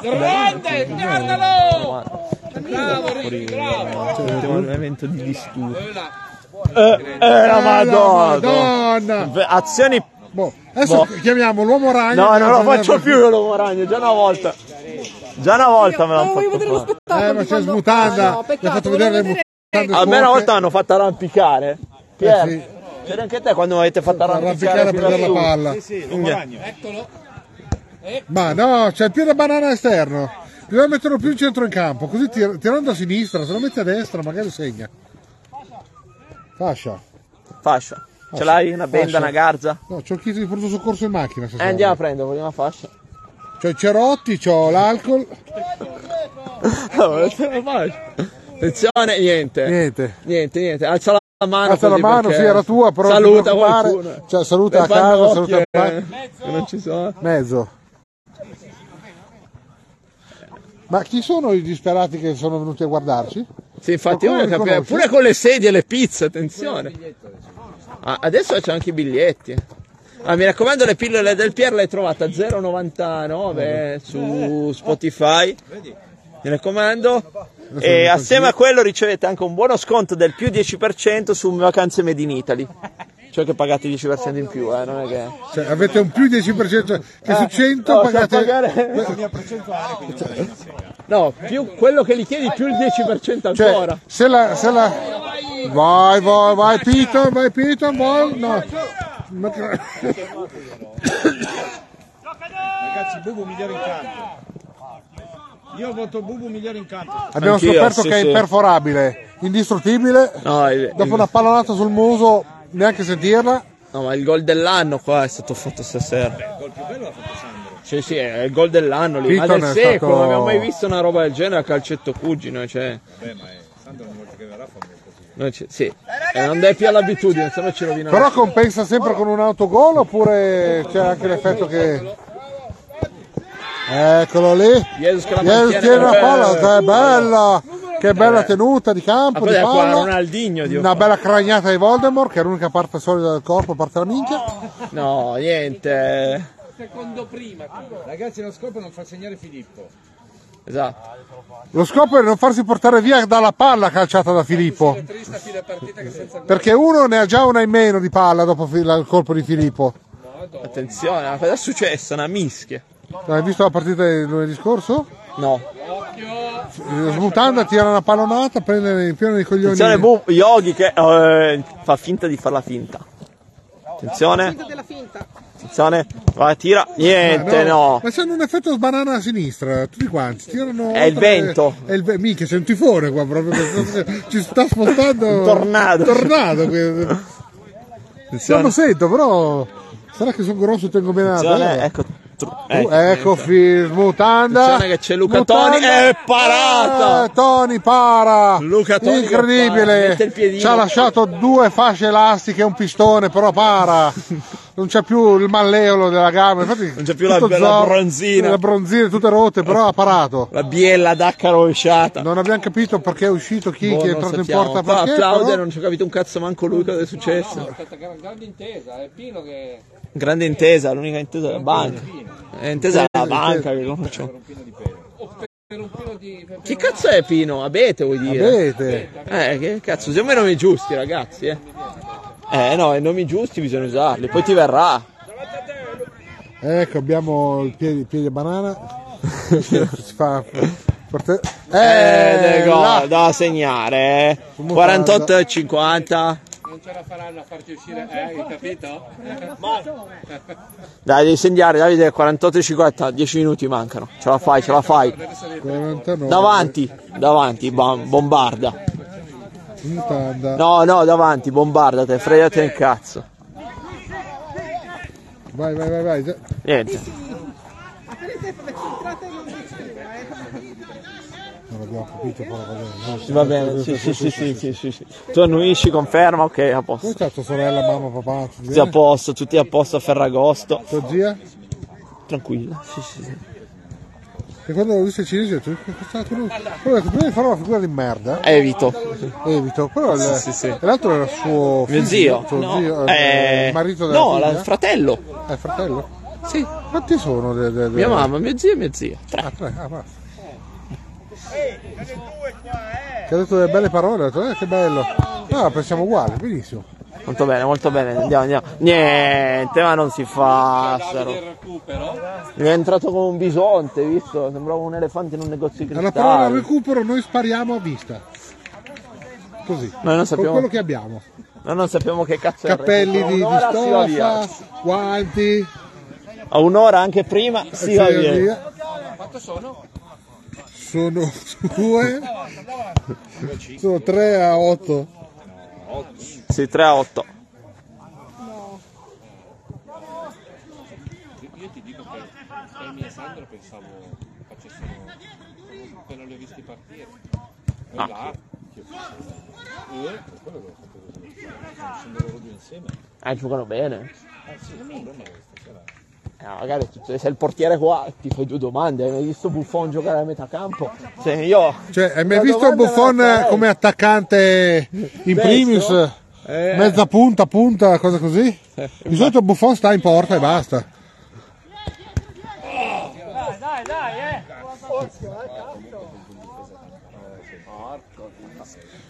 E: Grande, guardalo! Bravo, Ricky, bravo!
A: Un elemento di disturbo.
E: Quella.
A: Eh, eh, la madonna.
B: Madonna!
A: Beh, Azioni...
B: Boh, adesso chiamiamo l'uomo ragno.
A: No, non lo faccio più io l'uomo ragno, già una volta. Già una volta me l'hanno
C: voglio
A: fatto
C: vedere lo
A: fare.
C: spettacolo.
B: Eh, ma
C: di
B: c'è
C: quando-
B: smutanda,
C: Ah, no,
B: l'hai
C: peccato,
B: fatto vedere
C: volevo
B: le mutande.
A: A me una
B: Scuote.
A: volta hanno fatto arrampicare. Pier,
B: Eh, sì.
A: c'era anche te quando mi avete fatto arrampicare fino
B: Arrampicare per la
A: lassù.
B: palla.
E: Eccolo.
C: Eh?
B: Ma no, c'è il piede banana esterno. Bisogna metterlo più in centro in campo, così tir- tirando a sinistra, se lo metti a destra magari segna. Fascia.
A: Fascia. Ce l'hai? Una benda,
B: Fascia.
A: una garza?
B: No, c'ho il kit di pronto soccorso in macchina
A: Eh,
B: stasera.
A: andiamo a prendere, voglio una fascia.
B: C'ho i cerotti, c'ho l'alcol.
A: Allora, c'è Ah, una fascia. Attenzione, niente.
B: Niente.
A: Niente, niente. Alza la mano.
B: Alza la
A: così,
B: mano,
A: perché-
B: sì, era tua, però non ti
A: Saluta
B: preoccupare.
A: qualcuno.
B: Cioè, saluta
A: Le eh.
B: a casa,
A: pannocchie,
B: saluta a
A: che Non ci sono.
B: Mezzo. Ma chi sono i disperati che sono venuti a guardarci?
A: Sì, infatti
B: Qualcuno
A: uno
B: li
A: capiva-
B: conosce?
A: pure con le sedie e le pizze, attenzione. Ah, adesso c'è anche i biglietti. Ah, mi raccomando, le pillole del Pier le trovate a 0,99 eh, su Spotify. Mi raccomando. E assieme a quello ricevete anche un buono sconto del più 10% su Vacanze Made in Italy. Cioè che pagate il 10% in più, eh, non è che...
B: Cioè, avete un più 10%, che su 100
A: Eh, no,
B: pagate...
A: so pagare- No, più quello che gli chiedi più il 10%
B: Cioè,
A: ancora.
B: se la, se la... Vai, vai, vai, Pito, vai, Pito, vai, no. Ma-
D: Ragazzi, Bubu migliore in campo. Io voto Bubu migliore in campo.
B: Abbiamo
A: Anch'io,
B: scoperto
A: sì,
B: che è
A: sì.
B: imperforabile, indistruttibile,
A: No, il-
B: dopo una pallonata sul muso, neanche sentirla.
A: No, ma il gol dell'anno qua è stato fatto stasera. il gol più bello l'ha fatto Sandro. Sì, sì, è il gol dell'anno lì. Ma
B: Piton
A: del
B: è
A: secolo,
B: stato-
A: non abbiamo mai visto una roba del genere a calcetto cugino, cioè. Noi ci- sì, e non dai più all'abitudine, sennò ci rovina.
B: Però compensa sempre con un autogol oppure c'è anche l'effetto che... Eccolo lì.
A: Jesus che la
B: Yes,
A: mantiene,
B: tiene la
A: eh,
B: palla, che bella! Che bella tenuta di
A: Ma
B: campo, di
A: cos'è qua?
B: palla.
A: Ronaldinho, Dio.
B: Una bella cragnata di Voldemort, che è l'unica parte solida del corpo, a parte la minchia.
A: No, niente.
E: Secondo prima.
D: Ragazzi, lo scopo non fa segnare Filippo.
A: Esatto.
B: Lo scopo è non farsi portare via dalla palla calciata da Filippo,
E: Trista fine partita che senza
B: perché uno ne ha già una in meno di palla dopo fi- la- il colpo di Filippo.
A: Attenzione, ma cosa è successo? Una mischia.
B: Hai visto la partita di lunedì scorso?
A: No.
B: Eh, Smutanda tira una pallonata, prende in pieno di
A: Attenzione,
B: coglioni.
A: bu- Yogi che eh, fa finta di farla finta. Attenzione,
C: Finta della finta.
A: attenzione. Va, tira. Niente, no.
B: Ma Ah, c'è un effetto sbanana a sinistra, tutti quanti. Tirano
A: È il
B: oltre-
A: vento.
B: È il ve- Minchia, c'è un tifone qua proprio. che- ci sta spostando.
A: Un tornado.
B: Tornado. que- Non lo sento, però. Sarà che sono grosso e tengo bene la
A: Attenzione,
B: testa?
A: ecco. tru-
B: Uh,
A: ecco.
B: ecco, film, mutanda.
A: Attenzione che c'è Luca Toni, è parata!
B: Eh, Toni para.
A: Luca Toni che para,
B: Incredibile.
A: mette il piedino.
B: Ci ha lasciato due fasce elastiche e un pistone, però para. Non c'è più il malleolo della gamba, infatti
A: Non c'è più la- la
B: tutto zoppo,
A: bronzina.
B: La bronzina tutte rotte, però ha parato.
A: La biella d'acca rovesciata.
B: Non abbiamo capito perché è uscito chi
A: Boh,
B: che è
A: non
B: entrato in
A: sappiamo.
B: porta
A: Qua
B: perché,
A: applaude,
B: però-
A: non ci ho capito un cazzo manco lui cosa è successo.
E: È stata gran- grande intesa, è Pino che...
A: Grande intesa, l'unica intesa è la banca. È intesa la banca che conosciamo.
E: Oh, Per un Pino di... per-
A: Chi cazzo è Pino? Abete vuoi dire?
B: Vedete?
A: Eh, che cazzo, usiamo i nomi giusti ragazzi, eh. Eh no, i nomi giusti bisogna usarli, poi ti verrà.
B: Ecco, abbiamo il piede, piede banana. si fa... porte-
A: Eh,
B: Eh,
A: del
B: là.
A: gol da segnare. eh. 48 e 50.
E: Non ce la faranno a farti uscire, eh, hai capito?
A: Dai, devi segnare, Davide, 48 e 50, 10 minuti mancano. Ce la fai, ce la fai.
B: 49.
A: Davanti, davanti, bam- bombarda.
B: Mutanda.
A: No, no, davanti, bombarda, te fregate il cazzo.
B: Vai, vai, vai, vai. Già-
A: Niente.
C: Appena il tempo che ci entrate non dici più, eh.
B: Non l'abbiamo capito, però va bene. No,
A: Va bene, sì, sì, sì, sì, sì, sì, sì. Tu annuisci, conferma, ok, a
B: Come
A: posto.
B: sta tua sorella, mamma, papà? Tutti
A: Tutti a
B: bene?
A: posto, tutti a posto a Ferragosto.
B: Tua zia?
A: Tranquilla, sì, sì, sì.
B: Che quando l'ho visto il cinese ho detto, che cazzo è quello? Però ho detto, prima di fare una figura di merda,
A: Evito.
B: evito. Però il- l'altro era suo
A: Mio
B: figlio,
A: zio.
B: Tuo
A: no.
B: zio, eh,
A: Eh,
B: il marito della
A: No,
B: figlia?
A: il fratello.
B: Eh, fratello?
A: Sì,
B: Quanti sono? De, de- de-
A: mia mamma, mio zio e mia zia. Tre.
B: Ah, tre, ah, basta. Che ha detto delle belle parole, ho detto, eh, che bello. Ah, pensiamo uguale, benissimo.
A: Molto bene, molto bene. Andiamo, andiamo. Niente, ma non si fa.
E: Davide il
A: Saro.
E: recupero.
A: Mi è entrato come un bisonte, hai visto? Sembrava un elefante in un negozio di
B: Alla parola
A: cristalli.
B: recupero noi spariamo a vista. Così.
A: Noi non
B: Con
A: sappiamo,
B: quello che abbiamo.
A: noi non sappiamo che cazzo
B: Cappelli
A: è. il
B: di, di
A: recupero. Un'ora si va via.
B: stoffa, guanti,
A: A un'ora anche prima si va
B: via,
A: via.
B: via. Sono due, sono tre a otto.
A: Sì, 3 a 8.
E: Io ti dico che Amy e Sandro pensavo facessero appena li ho visti partire. E
A: Ah,
E: là,
A: Eh, giocano bene. Eh, magari tu- se il portiere è qua ti fai due domande, hai mai visto Buffon giocare a metà campo? Se io
B: Cioè, hai mai
A: La
B: visto
A: domanda
B: Buffon
A: me la farei.
B: come attaccante in primis?
A: Eh.
B: Mezza punta, punta, cosa così? Di solito Buffon sta in porta e basta.
A: eh.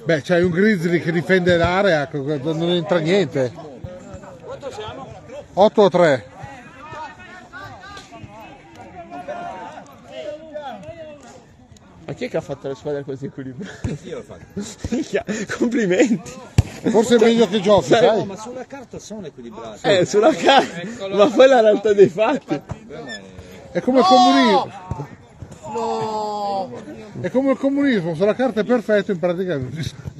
B: Beh, c'hai un Grizzly che difende l'area, co- co- non entra niente. 8 o 3?
A: Ma chi è che ha fatto le squadre così equilibrate? Io l'ho fatto. complimenti.
B: Forse è meglio che giochi, sai?
F: Ma sulla carta sono equilibrati.
A: Eh, sulla carta, ma poi la realtà dei fatti.
B: È come il comunismo. È come il comunismo, se la carta è perfetta in pratica non ci sono.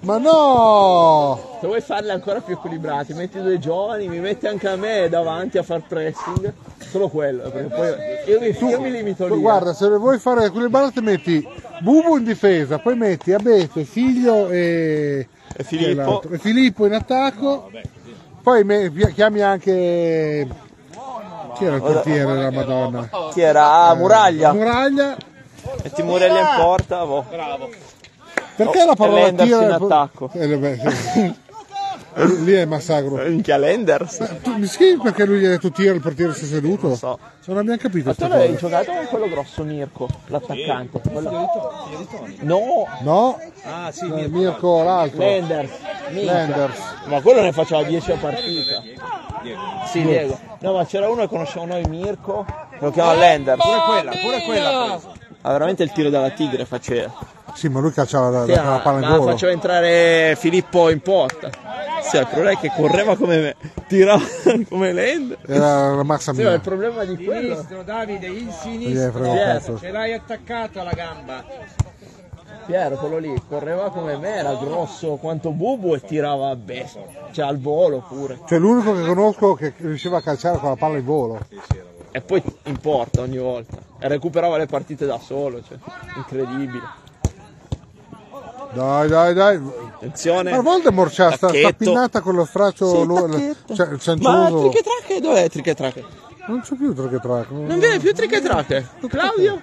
B: Ma no!
A: Se vuoi farle ancora più equilibrate, metti due giovani, mi metti anche a me davanti a far pressing. Solo quello, eh, perché poi io mi, io mi limito lì. eh.
B: Poi guarda, se le vuoi fare quelle ballate metti Bubu in difesa, poi metti Abete, Figlio e,
A: E Filippo.
B: e l'altro. E Filippo in attacco, poi me- chiami anche... Chi era il portiere della Madonna?
A: eh. Chi era? Ah, Muraglia.
B: Muraglia,
A: Metti Muraglia in porta, boh.
B: Perché la
A: e
B: parola
A: Lenderson
B: tiro
A: in attacco.
B: Eh, vabbè, sì. Lì è massacro.
A: Minchia Lenders.
B: Ma Tu, mi scrivi perché lui gli ha detto tiro il portiere si è seduto?
A: so.
B: Non abbiamo capito
A: Ma tu
B: sta
A: l'hai
B: cosa.
A: giocato con quello grosso Mirko, l'attaccante? Quello... No,
B: No? Ah sì, Mirko l'altro.
A: Lenders.
B: Lenders.
A: Ma quello ne faceva 10 a partita. Sì, Diego. No, ma c'era uno che conosciamo noi, Mirko, lo chiama Lenders.
F: Pure quella, pure
A: Ah,
F: quella. ha preso.
A: Ma veramente il tiro dalla tigre faceva.
B: Sì, ah, ma lui calciava la,
A: Sì,
B: la-
A: ma
B: la palla in
A: ma
B: volo.
A: faceva entrare Filippo in porta. Sì, il problema è che correva come me, tirava come Lenders.
B: Era la massa
A: Sì, ma
B: mia.
A: il problema di quello...
F: Sinistro, Davide, in
B: Non gliene
F: sinistro.
B: frega un
A: Sì, eh.
B: cazzo.
F: Ce l'hai attaccato alla gamba.
A: Piero, quello lì, correva come me, era grosso quanto Bubu e tirava a bestia, cioè al volo pure.
B: Cioè l'unico che conosco che riusciva a calciare con la palla in volo.
A: E poi in porta ogni volta. E recuperava le partite da solo, cioè, incredibile.
B: Dai, dai, dai.
A: Attenzione.
B: Ma a volte Morcia sta, sta
A: Tacchetto.
B: pinnata con lo straccio
A: Sì,
B: lo-
A: tacchetto.
B: cioè, il
A: Ma
B: cianciuso.
A: Trichetrache dov'è Trichetrache?
B: Non c'è più tra che tra.
A: Non viene più Trichetrache. Claudio?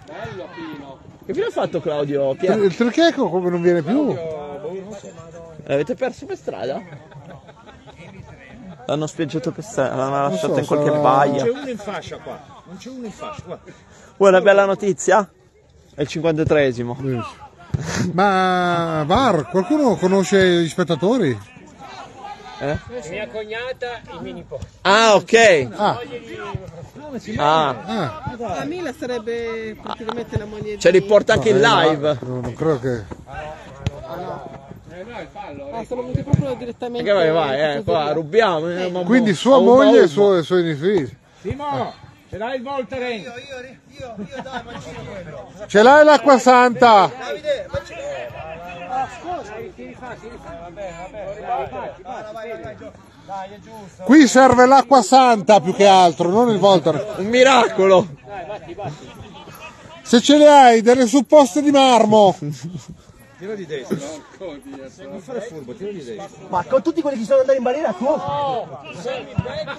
A: Che fine ha fatto Claudio Piero?
B: Il tricheco come non viene più?
A: L'avete perso per strada? L'hanno spiaggiato per strada, l'hanno lasciato
B: so,
A: in qualche
B: sarà-
A: baia.
F: C'è uno in fascia qua. Non c'è uno in fascia qua.
A: Vuoi una bella notizia? È il 53esimo.
B: Ma VAR, qualcuno conosce gli spettatori?
G: Mia cognata e mio nipote.
A: Ah, ok.
B: Ah,
A: Ah,
B: ah,
C: A Mila sarebbe praticamente la moglie
A: cioè
C: di...
A: li porta anche in live.
B: eh, non, non credo che.
C: Ah, sono venuti proprio direttamente...
A: Che vai, vai, eh, qua rubiamo. eh, mamma.
B: Quindi sua
A: Au,
B: moglie
A: au.
B: e suo- i suoi figli.
F: Simo, Ce l'hai il Voltaren?
B: Ce l'hai l'acqua santa? Qui serve l'acqua santa più che altro, non il Voltaren.
A: Un miracolo!
B: Se ce le hai, delle supposte di marmo.
F: Tira di destra. Non fare furbo, tira di destra.
H: Ma con tutti quelli che sono andati in barriera tu?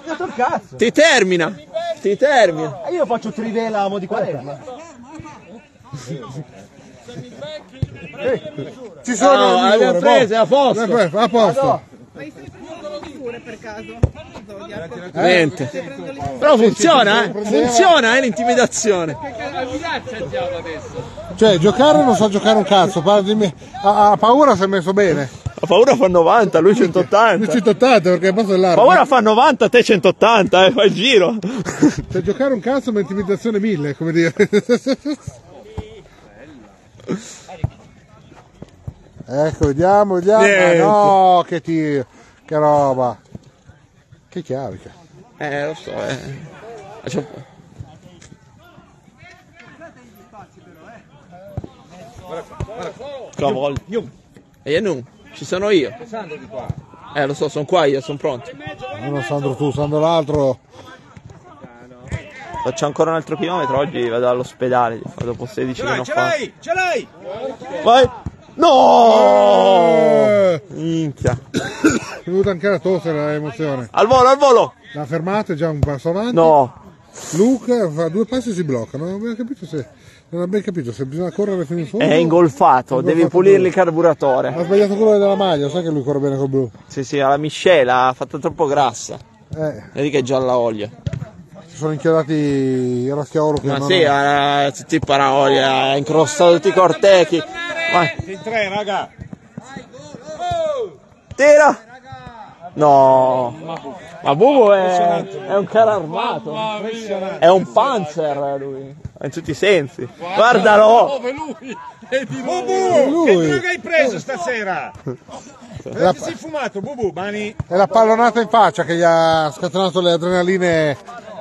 H: Tutto il cazzo!
A: Ti termina! Ti termina!
H: E Eh, io faccio trivela a mo' di quaresma.
B: Ci sono
A: No,
B: le misure,
A: abbiamo Ah, prese,
B: boh.
A: a posto.
B: Le pre- A posto.
C: Ma i sei prendono figure per caso? Zodiac.
A: Niente.
C: Se prendo le
A: Però funziona, eh? Funziona, eh, l'intimidazione.
B: Cioè, giocare non so giocare un cazzo. parla di me. Ha, ha paura si è messo bene.
A: Ha paura fa 90, lui 180.
B: 180 perché basta dell'arma.
A: Paura fa 90, te 180, eh, fai il giro.
B: Cioè, giocare un cazzo ma intimidazione mille, come dire. ecco, vediamo, vediamo.
A: Niente.
B: Ah, no, che tiro, che roba. Che chiavica.
A: Eh, lo so, eh. Faccio- Cavolo. E non, ci sono io. Eh, lo so, sono qua io, sono pronto.
B: Non Sandro tu, Sandro l'altro.
A: Faccio ancora un altro chilometro, oggi vado all'ospedale, dopo 16 che non
F: Ce
A: fa.
F: l'hai, ce l'hai!
A: Vai! No!
B: Eh,
A: Minchia.
B: è venuta anche la tosse l'emozione.
A: Al volo, al volo!
B: La fermata è già un passo avanti.
A: No.
B: Luca fa due passi e si blocca. Non ho ben capito se, non ho ben capito se bisogna correre fino in fondo.
A: È ingolfato, devi pulirli il carburatore.
B: Ha sbagliato quello della maglia, sai che lui corre bene col blu.
A: Sì, sì, ha la miscela, ha fatto troppo grassa.
B: Eh,
A: Vedi che è gialla olio.
B: si sono inchiodati i raschiolo che
A: Ma
B: non
A: sì, ha tutti i paraoli, ha incrostato tutti i cortechi. Vai,
F: In tre, raga!
A: tira! No! Ma Bubu è, è un caro armato,
E: Impressionante.
A: è un panzer lui, in tutti i sensi. Guardalo!
E: Dove lui? E di
F: oh. Bubu!
B: Lui.
F: Che droga hai preso stasera?
A: eh.
F: Dove ti sei fumato, Bubu? Mani!
B: È la pallonata in faccia che gli ha scatenato le adrenaline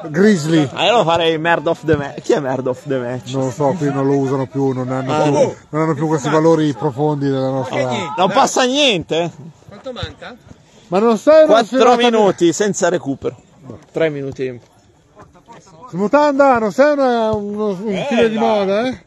B: grizzly.
A: Ah, io lo farei Merd of the Match. Chi è Merd of the Match?
B: Non lo so, qui non lo usano più, non
A: Ah.
B: hanno più, non hanno più questi valori profondi della nostra.
A: Non passa niente.
G: Quanto manca?
B: Ma non sei
A: 4 minuti senza recupero. 3 minuti.
B: Smutanda, non sei una- uno- un stile di moda, eh?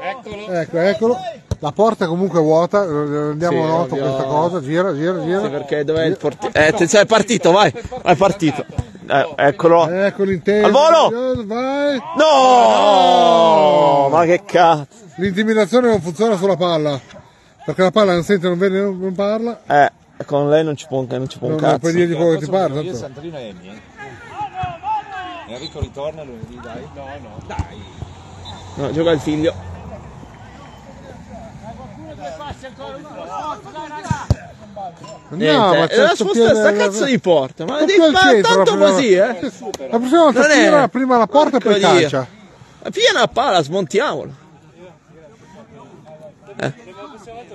G: Eccolo.
B: Ecco, eccolo. La porta è comunque vuota, eh, rendiamo
A: Sì,
B: noto
A: ovvio.
B: questa cosa, gira, gira,
A: Sì,
B: gira.
A: perché dov'è il portiere? Eh, attenzione, è partito, vai. È partito. Eh, eccolo.
B: Ecco l'intento.
A: Al volo!
B: Vai!
A: No! Ma che cazzo!
B: L'intimidazione non funziona sulla palla. Perché la palla non sente, non vede, non non parla.
A: Eh, con lei non ci può, non ci può un
B: Non, non puoi
A: cazzo.
B: dirgli quello che ti parla.
F: Io
B: tanto.
F: Sandrino e Emi, eh. Enrico ritorna lunedì, dai. No, no. Dai.
A: No, gioca il figlio.
B: Andiamo,
A: Niente.
B: c'è
A: Eh, la
B: sto
A: sposta
B: piede-
A: sta cazzo di porta. Ma
B: Proprio
A: devi
B: al
A: fare
B: centro,
A: tanto
B: proprio.
A: così, eh.
B: La prossima volta
A: Non è-
B: tira prima la porta e poi
A: Porco Dio.
B: calcia.
A: Piena la palla, smontiamola.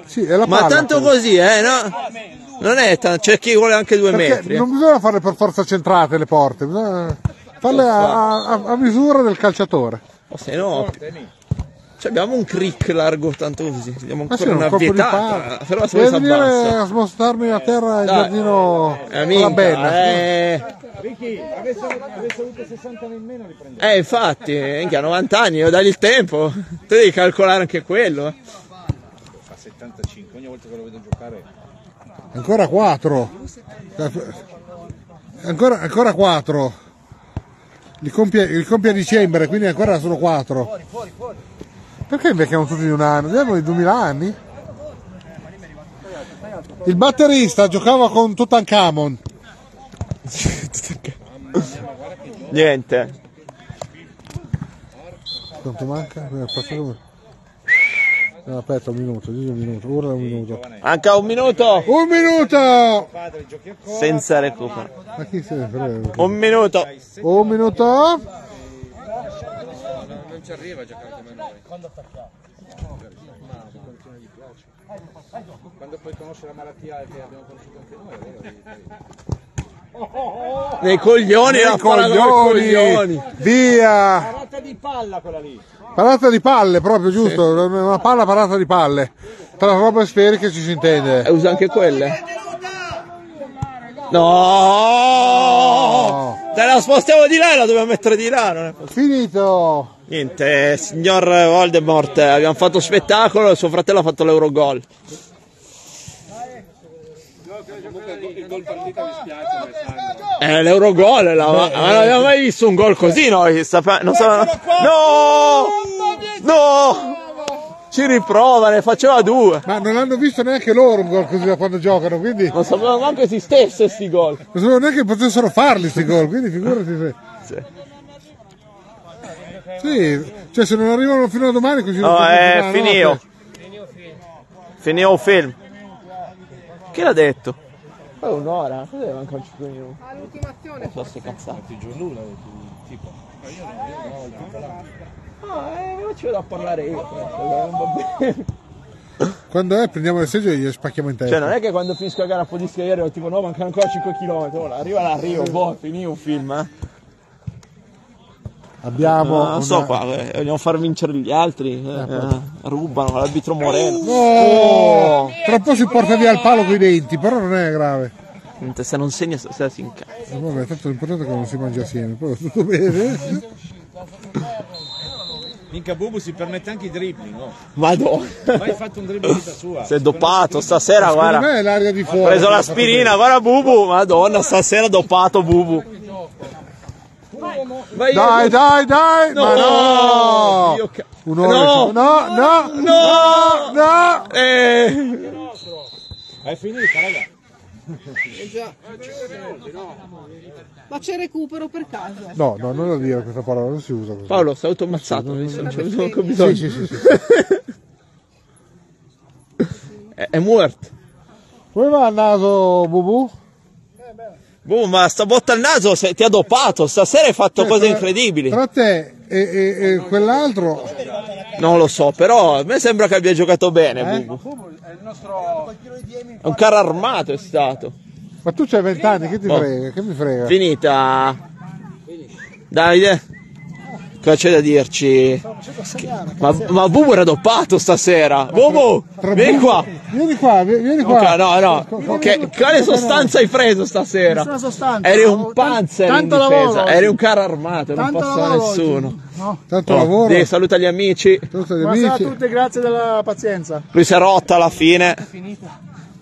B: Sì, è la
A: Ma
B: palla.
A: tanto così, eh, no? Non è tanto, c'è chi vuole anche due
B: Perché
A: metri. eh.
B: non bisogna farle per forza centrate le porte, bisogna farle a, a- a misura del calciatore.
A: O Oh, se no. Cioè, abbiamo un crick largo tanto così. Abbiamo
B: Ma sì,
A: ancora
B: un
A: una
B: colpo di eh,
A: vietata.
B: palla.
A: Però se
B: Devi
A: si
B: venire
A: abbassa.
B: a spostarmi a terra il
A: Dai.
B: giardino
A: Eh,
B: con la
A: minchia,
B: bella.
A: eh. Eh, infatti, minchia, 90 anni, dagli il tempo. Tu devi calcolare anche quello. eh.
F: Fa 75, ogni volta che lo vedo giocare.
B: Ancora 4. Ancora, ancora 4. Li compie, li compie a dicembre, quindi ancora sono 4. Perché invecchiamo tutti di un anno? Diamo di 2000 anni? Il batterista giocava con Tutankhamon.
A: Niente.
B: Quanto manca? Eh, passa come- No, aspetta un minuto, digli un minuto, ora un minuto.
A: Manca un minuto.
B: Un minuto!
A: Senza recupero.
B: Ma chi se ne frega? Oh,
A: Un minuto.
B: Un minuto!
G: Non ci arriva a giocare come noi.
F: Quando poi conosce la malattia che abbiamo conosciuto anche noi, allora...
A: Nei coglioni,
B: Nei
A: la parola dei
B: coglioni. Via.
H: Parata di palla quella lì.
B: Parata di palle, proprio giusto. Una palla parata di palle. Tra roba sferica ci si intende.
A: Eh, Usa anche quelle?
B: Oh,
A: No! Te la spostiamo di là e la dobbiamo mettere di là, non è possibile.
B: Finito.
A: Niente, signor Voldemort, abbiamo fatto spettacolo e suo fratello ha fatto l'Eurogol.
E: Comunque il go- il gol partita mi spiace, ma è sangue.
A: Eh, l'Eurogol, è la- ma ma non abbiamo mai visto un gol così noi. sapa- non sa- no! No! Ci riprova, ne faceva due.
B: Ma non hanno visto neanche loro un gol così da quando giocano, quindi non
A: Non sapevamo neanche esistesse sti gol.
B: sapevo neanche che potessero farli sti gol, quindi figurati se.
A: Sì.
B: Sì, cioè se non arrivano fino a domani così
A: No, eh,
B: non
A: è
B: continuano,
A: finio.
B: no?
A: Finio film. Chi l'ha detto? Poi è un'ora, cos'è mancano 5 minuti?
C: All'ultimazione.
A: Non so se cazzate.
E: Giù nulla, eh, tipo.
A: No, eh, ma ci vedo a parlare io. non va bene.
B: Quando è prendiamo le segge e gli spacchiamo in testa.
A: Cioè, non è che quando finisco la gara applaudisco ieri e dico no, mancano ancora 5 km. Ora arriva l'arrivo, boh, finì un film, eh.
B: Abbiamo
A: No, non so
B: una-
A: qua, eh, vogliamo far vincere gli altri. eh, eh, rubano l'arbitro Moreno.
B: Oh, Tra un po' si porta via il palo coi denti, però non è grave.
A: Niente, se non segna stasera si incazza.
B: Eh, Vabbè, tanto l'importante è che non si mangia assieme, poi va tutto bene.
F: Minca Bubu si permette anche i dribbling, no?
A: Madonna.
F: Ma hai fatto un dribbling da sua.
A: Si è dopato stasera,
B: Per
A: Ah, guarda.
B: me è l'aria di fuoco.
A: Ho preso l'aspirina, guarda Bubu, madonna, stasera dopato Bubu. Vai,
B: Dai, dai, dai! Ma no!
A: Dio ca-
B: Un'ora
A: No!
B: ci- no, no,
A: No!
B: no!
A: Eh,
F: È finita, raga.
C: Eh già. Ma c'è recupero per caso.
B: No, no, non la dire questa parola, non si usa così.
A: Paolo, sei automazzato, non c'è neanche
B: Sì,
A: bisogno.
B: sì, sì, sì.
A: È, è muerto.
B: Come va il naso, Bubu?
A: Bubu, Boh, ma sta botta al naso, se- ti ha dopato, stasera hai fatto cose
B: Tra-
A: incredibili.
B: Tra te e, e- e quell'altro,
A: Non lo so, però a me sembra che abbia giocato bene
B: Eh?
A: Bubu.
D: È il nostro...
A: È un carro armato è stato.
B: ma tu c'hai vent'anni, che ti
A: Boh.
B: frega? Che mi frega?
A: Finita. Davide, cosa c'è da dirci? Ma, ma Bubu era doppato stasera. Bubu,
B: Tra-
A: vieni qua.
B: Vieni qua, vi- vieni qua.
A: Ok, no, no. Che, quale sostanza hai preso stasera?
I: Nessuna sostanza.
A: Eri un panzer in
I: Tanto lavoro
A: difesa.
I: oggi.
A: Eri un caro armato, non
I: Tanto
A: passava
I: lavoro oggi.
A: nessuno.
B: Tanto
A: Oh,
B: lavoro,
A: dì, saluta gli amici.
B: tanto gli
I: Buonasera a
B: amici.
I: tutti, grazie della pazienza.
A: Lui si è rotta alla fine.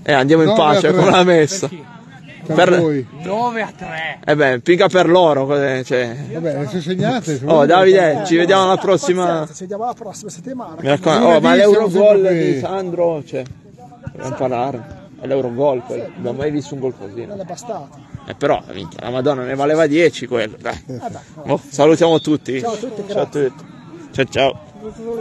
A: E andiamo in
B: No,
A: pace
B: beh,
A: con
B: per-
A: la messa.
B: Per
A: per-
B: voi.
G: 9 a 3.
A: E beh, pica per loro. cos'è, cioè.
B: Vabbè, se segnate. se
A: Oh,
B: volete-
A: Davide, ci vediamo alla prossima.
I: Pazienza, ci vediamo alla prossima settimana.
A: Mi raccomando,
B: Lunedì
A: oh, ma
B: siamo
A: l'Eurogol
B: sempre qui.
A: di Sandro, cioè, dobbiamo parlare. È l'Eurogol quello, non abbiamo mai visto un gol così. no?
I: È bastata.
A: Eh, però, minchia, la Madonna ne valeva
B: Eh,
A: 10 quello, dai. Oh, salutiamo tutti. Ciao a tutti. Ciao ciao.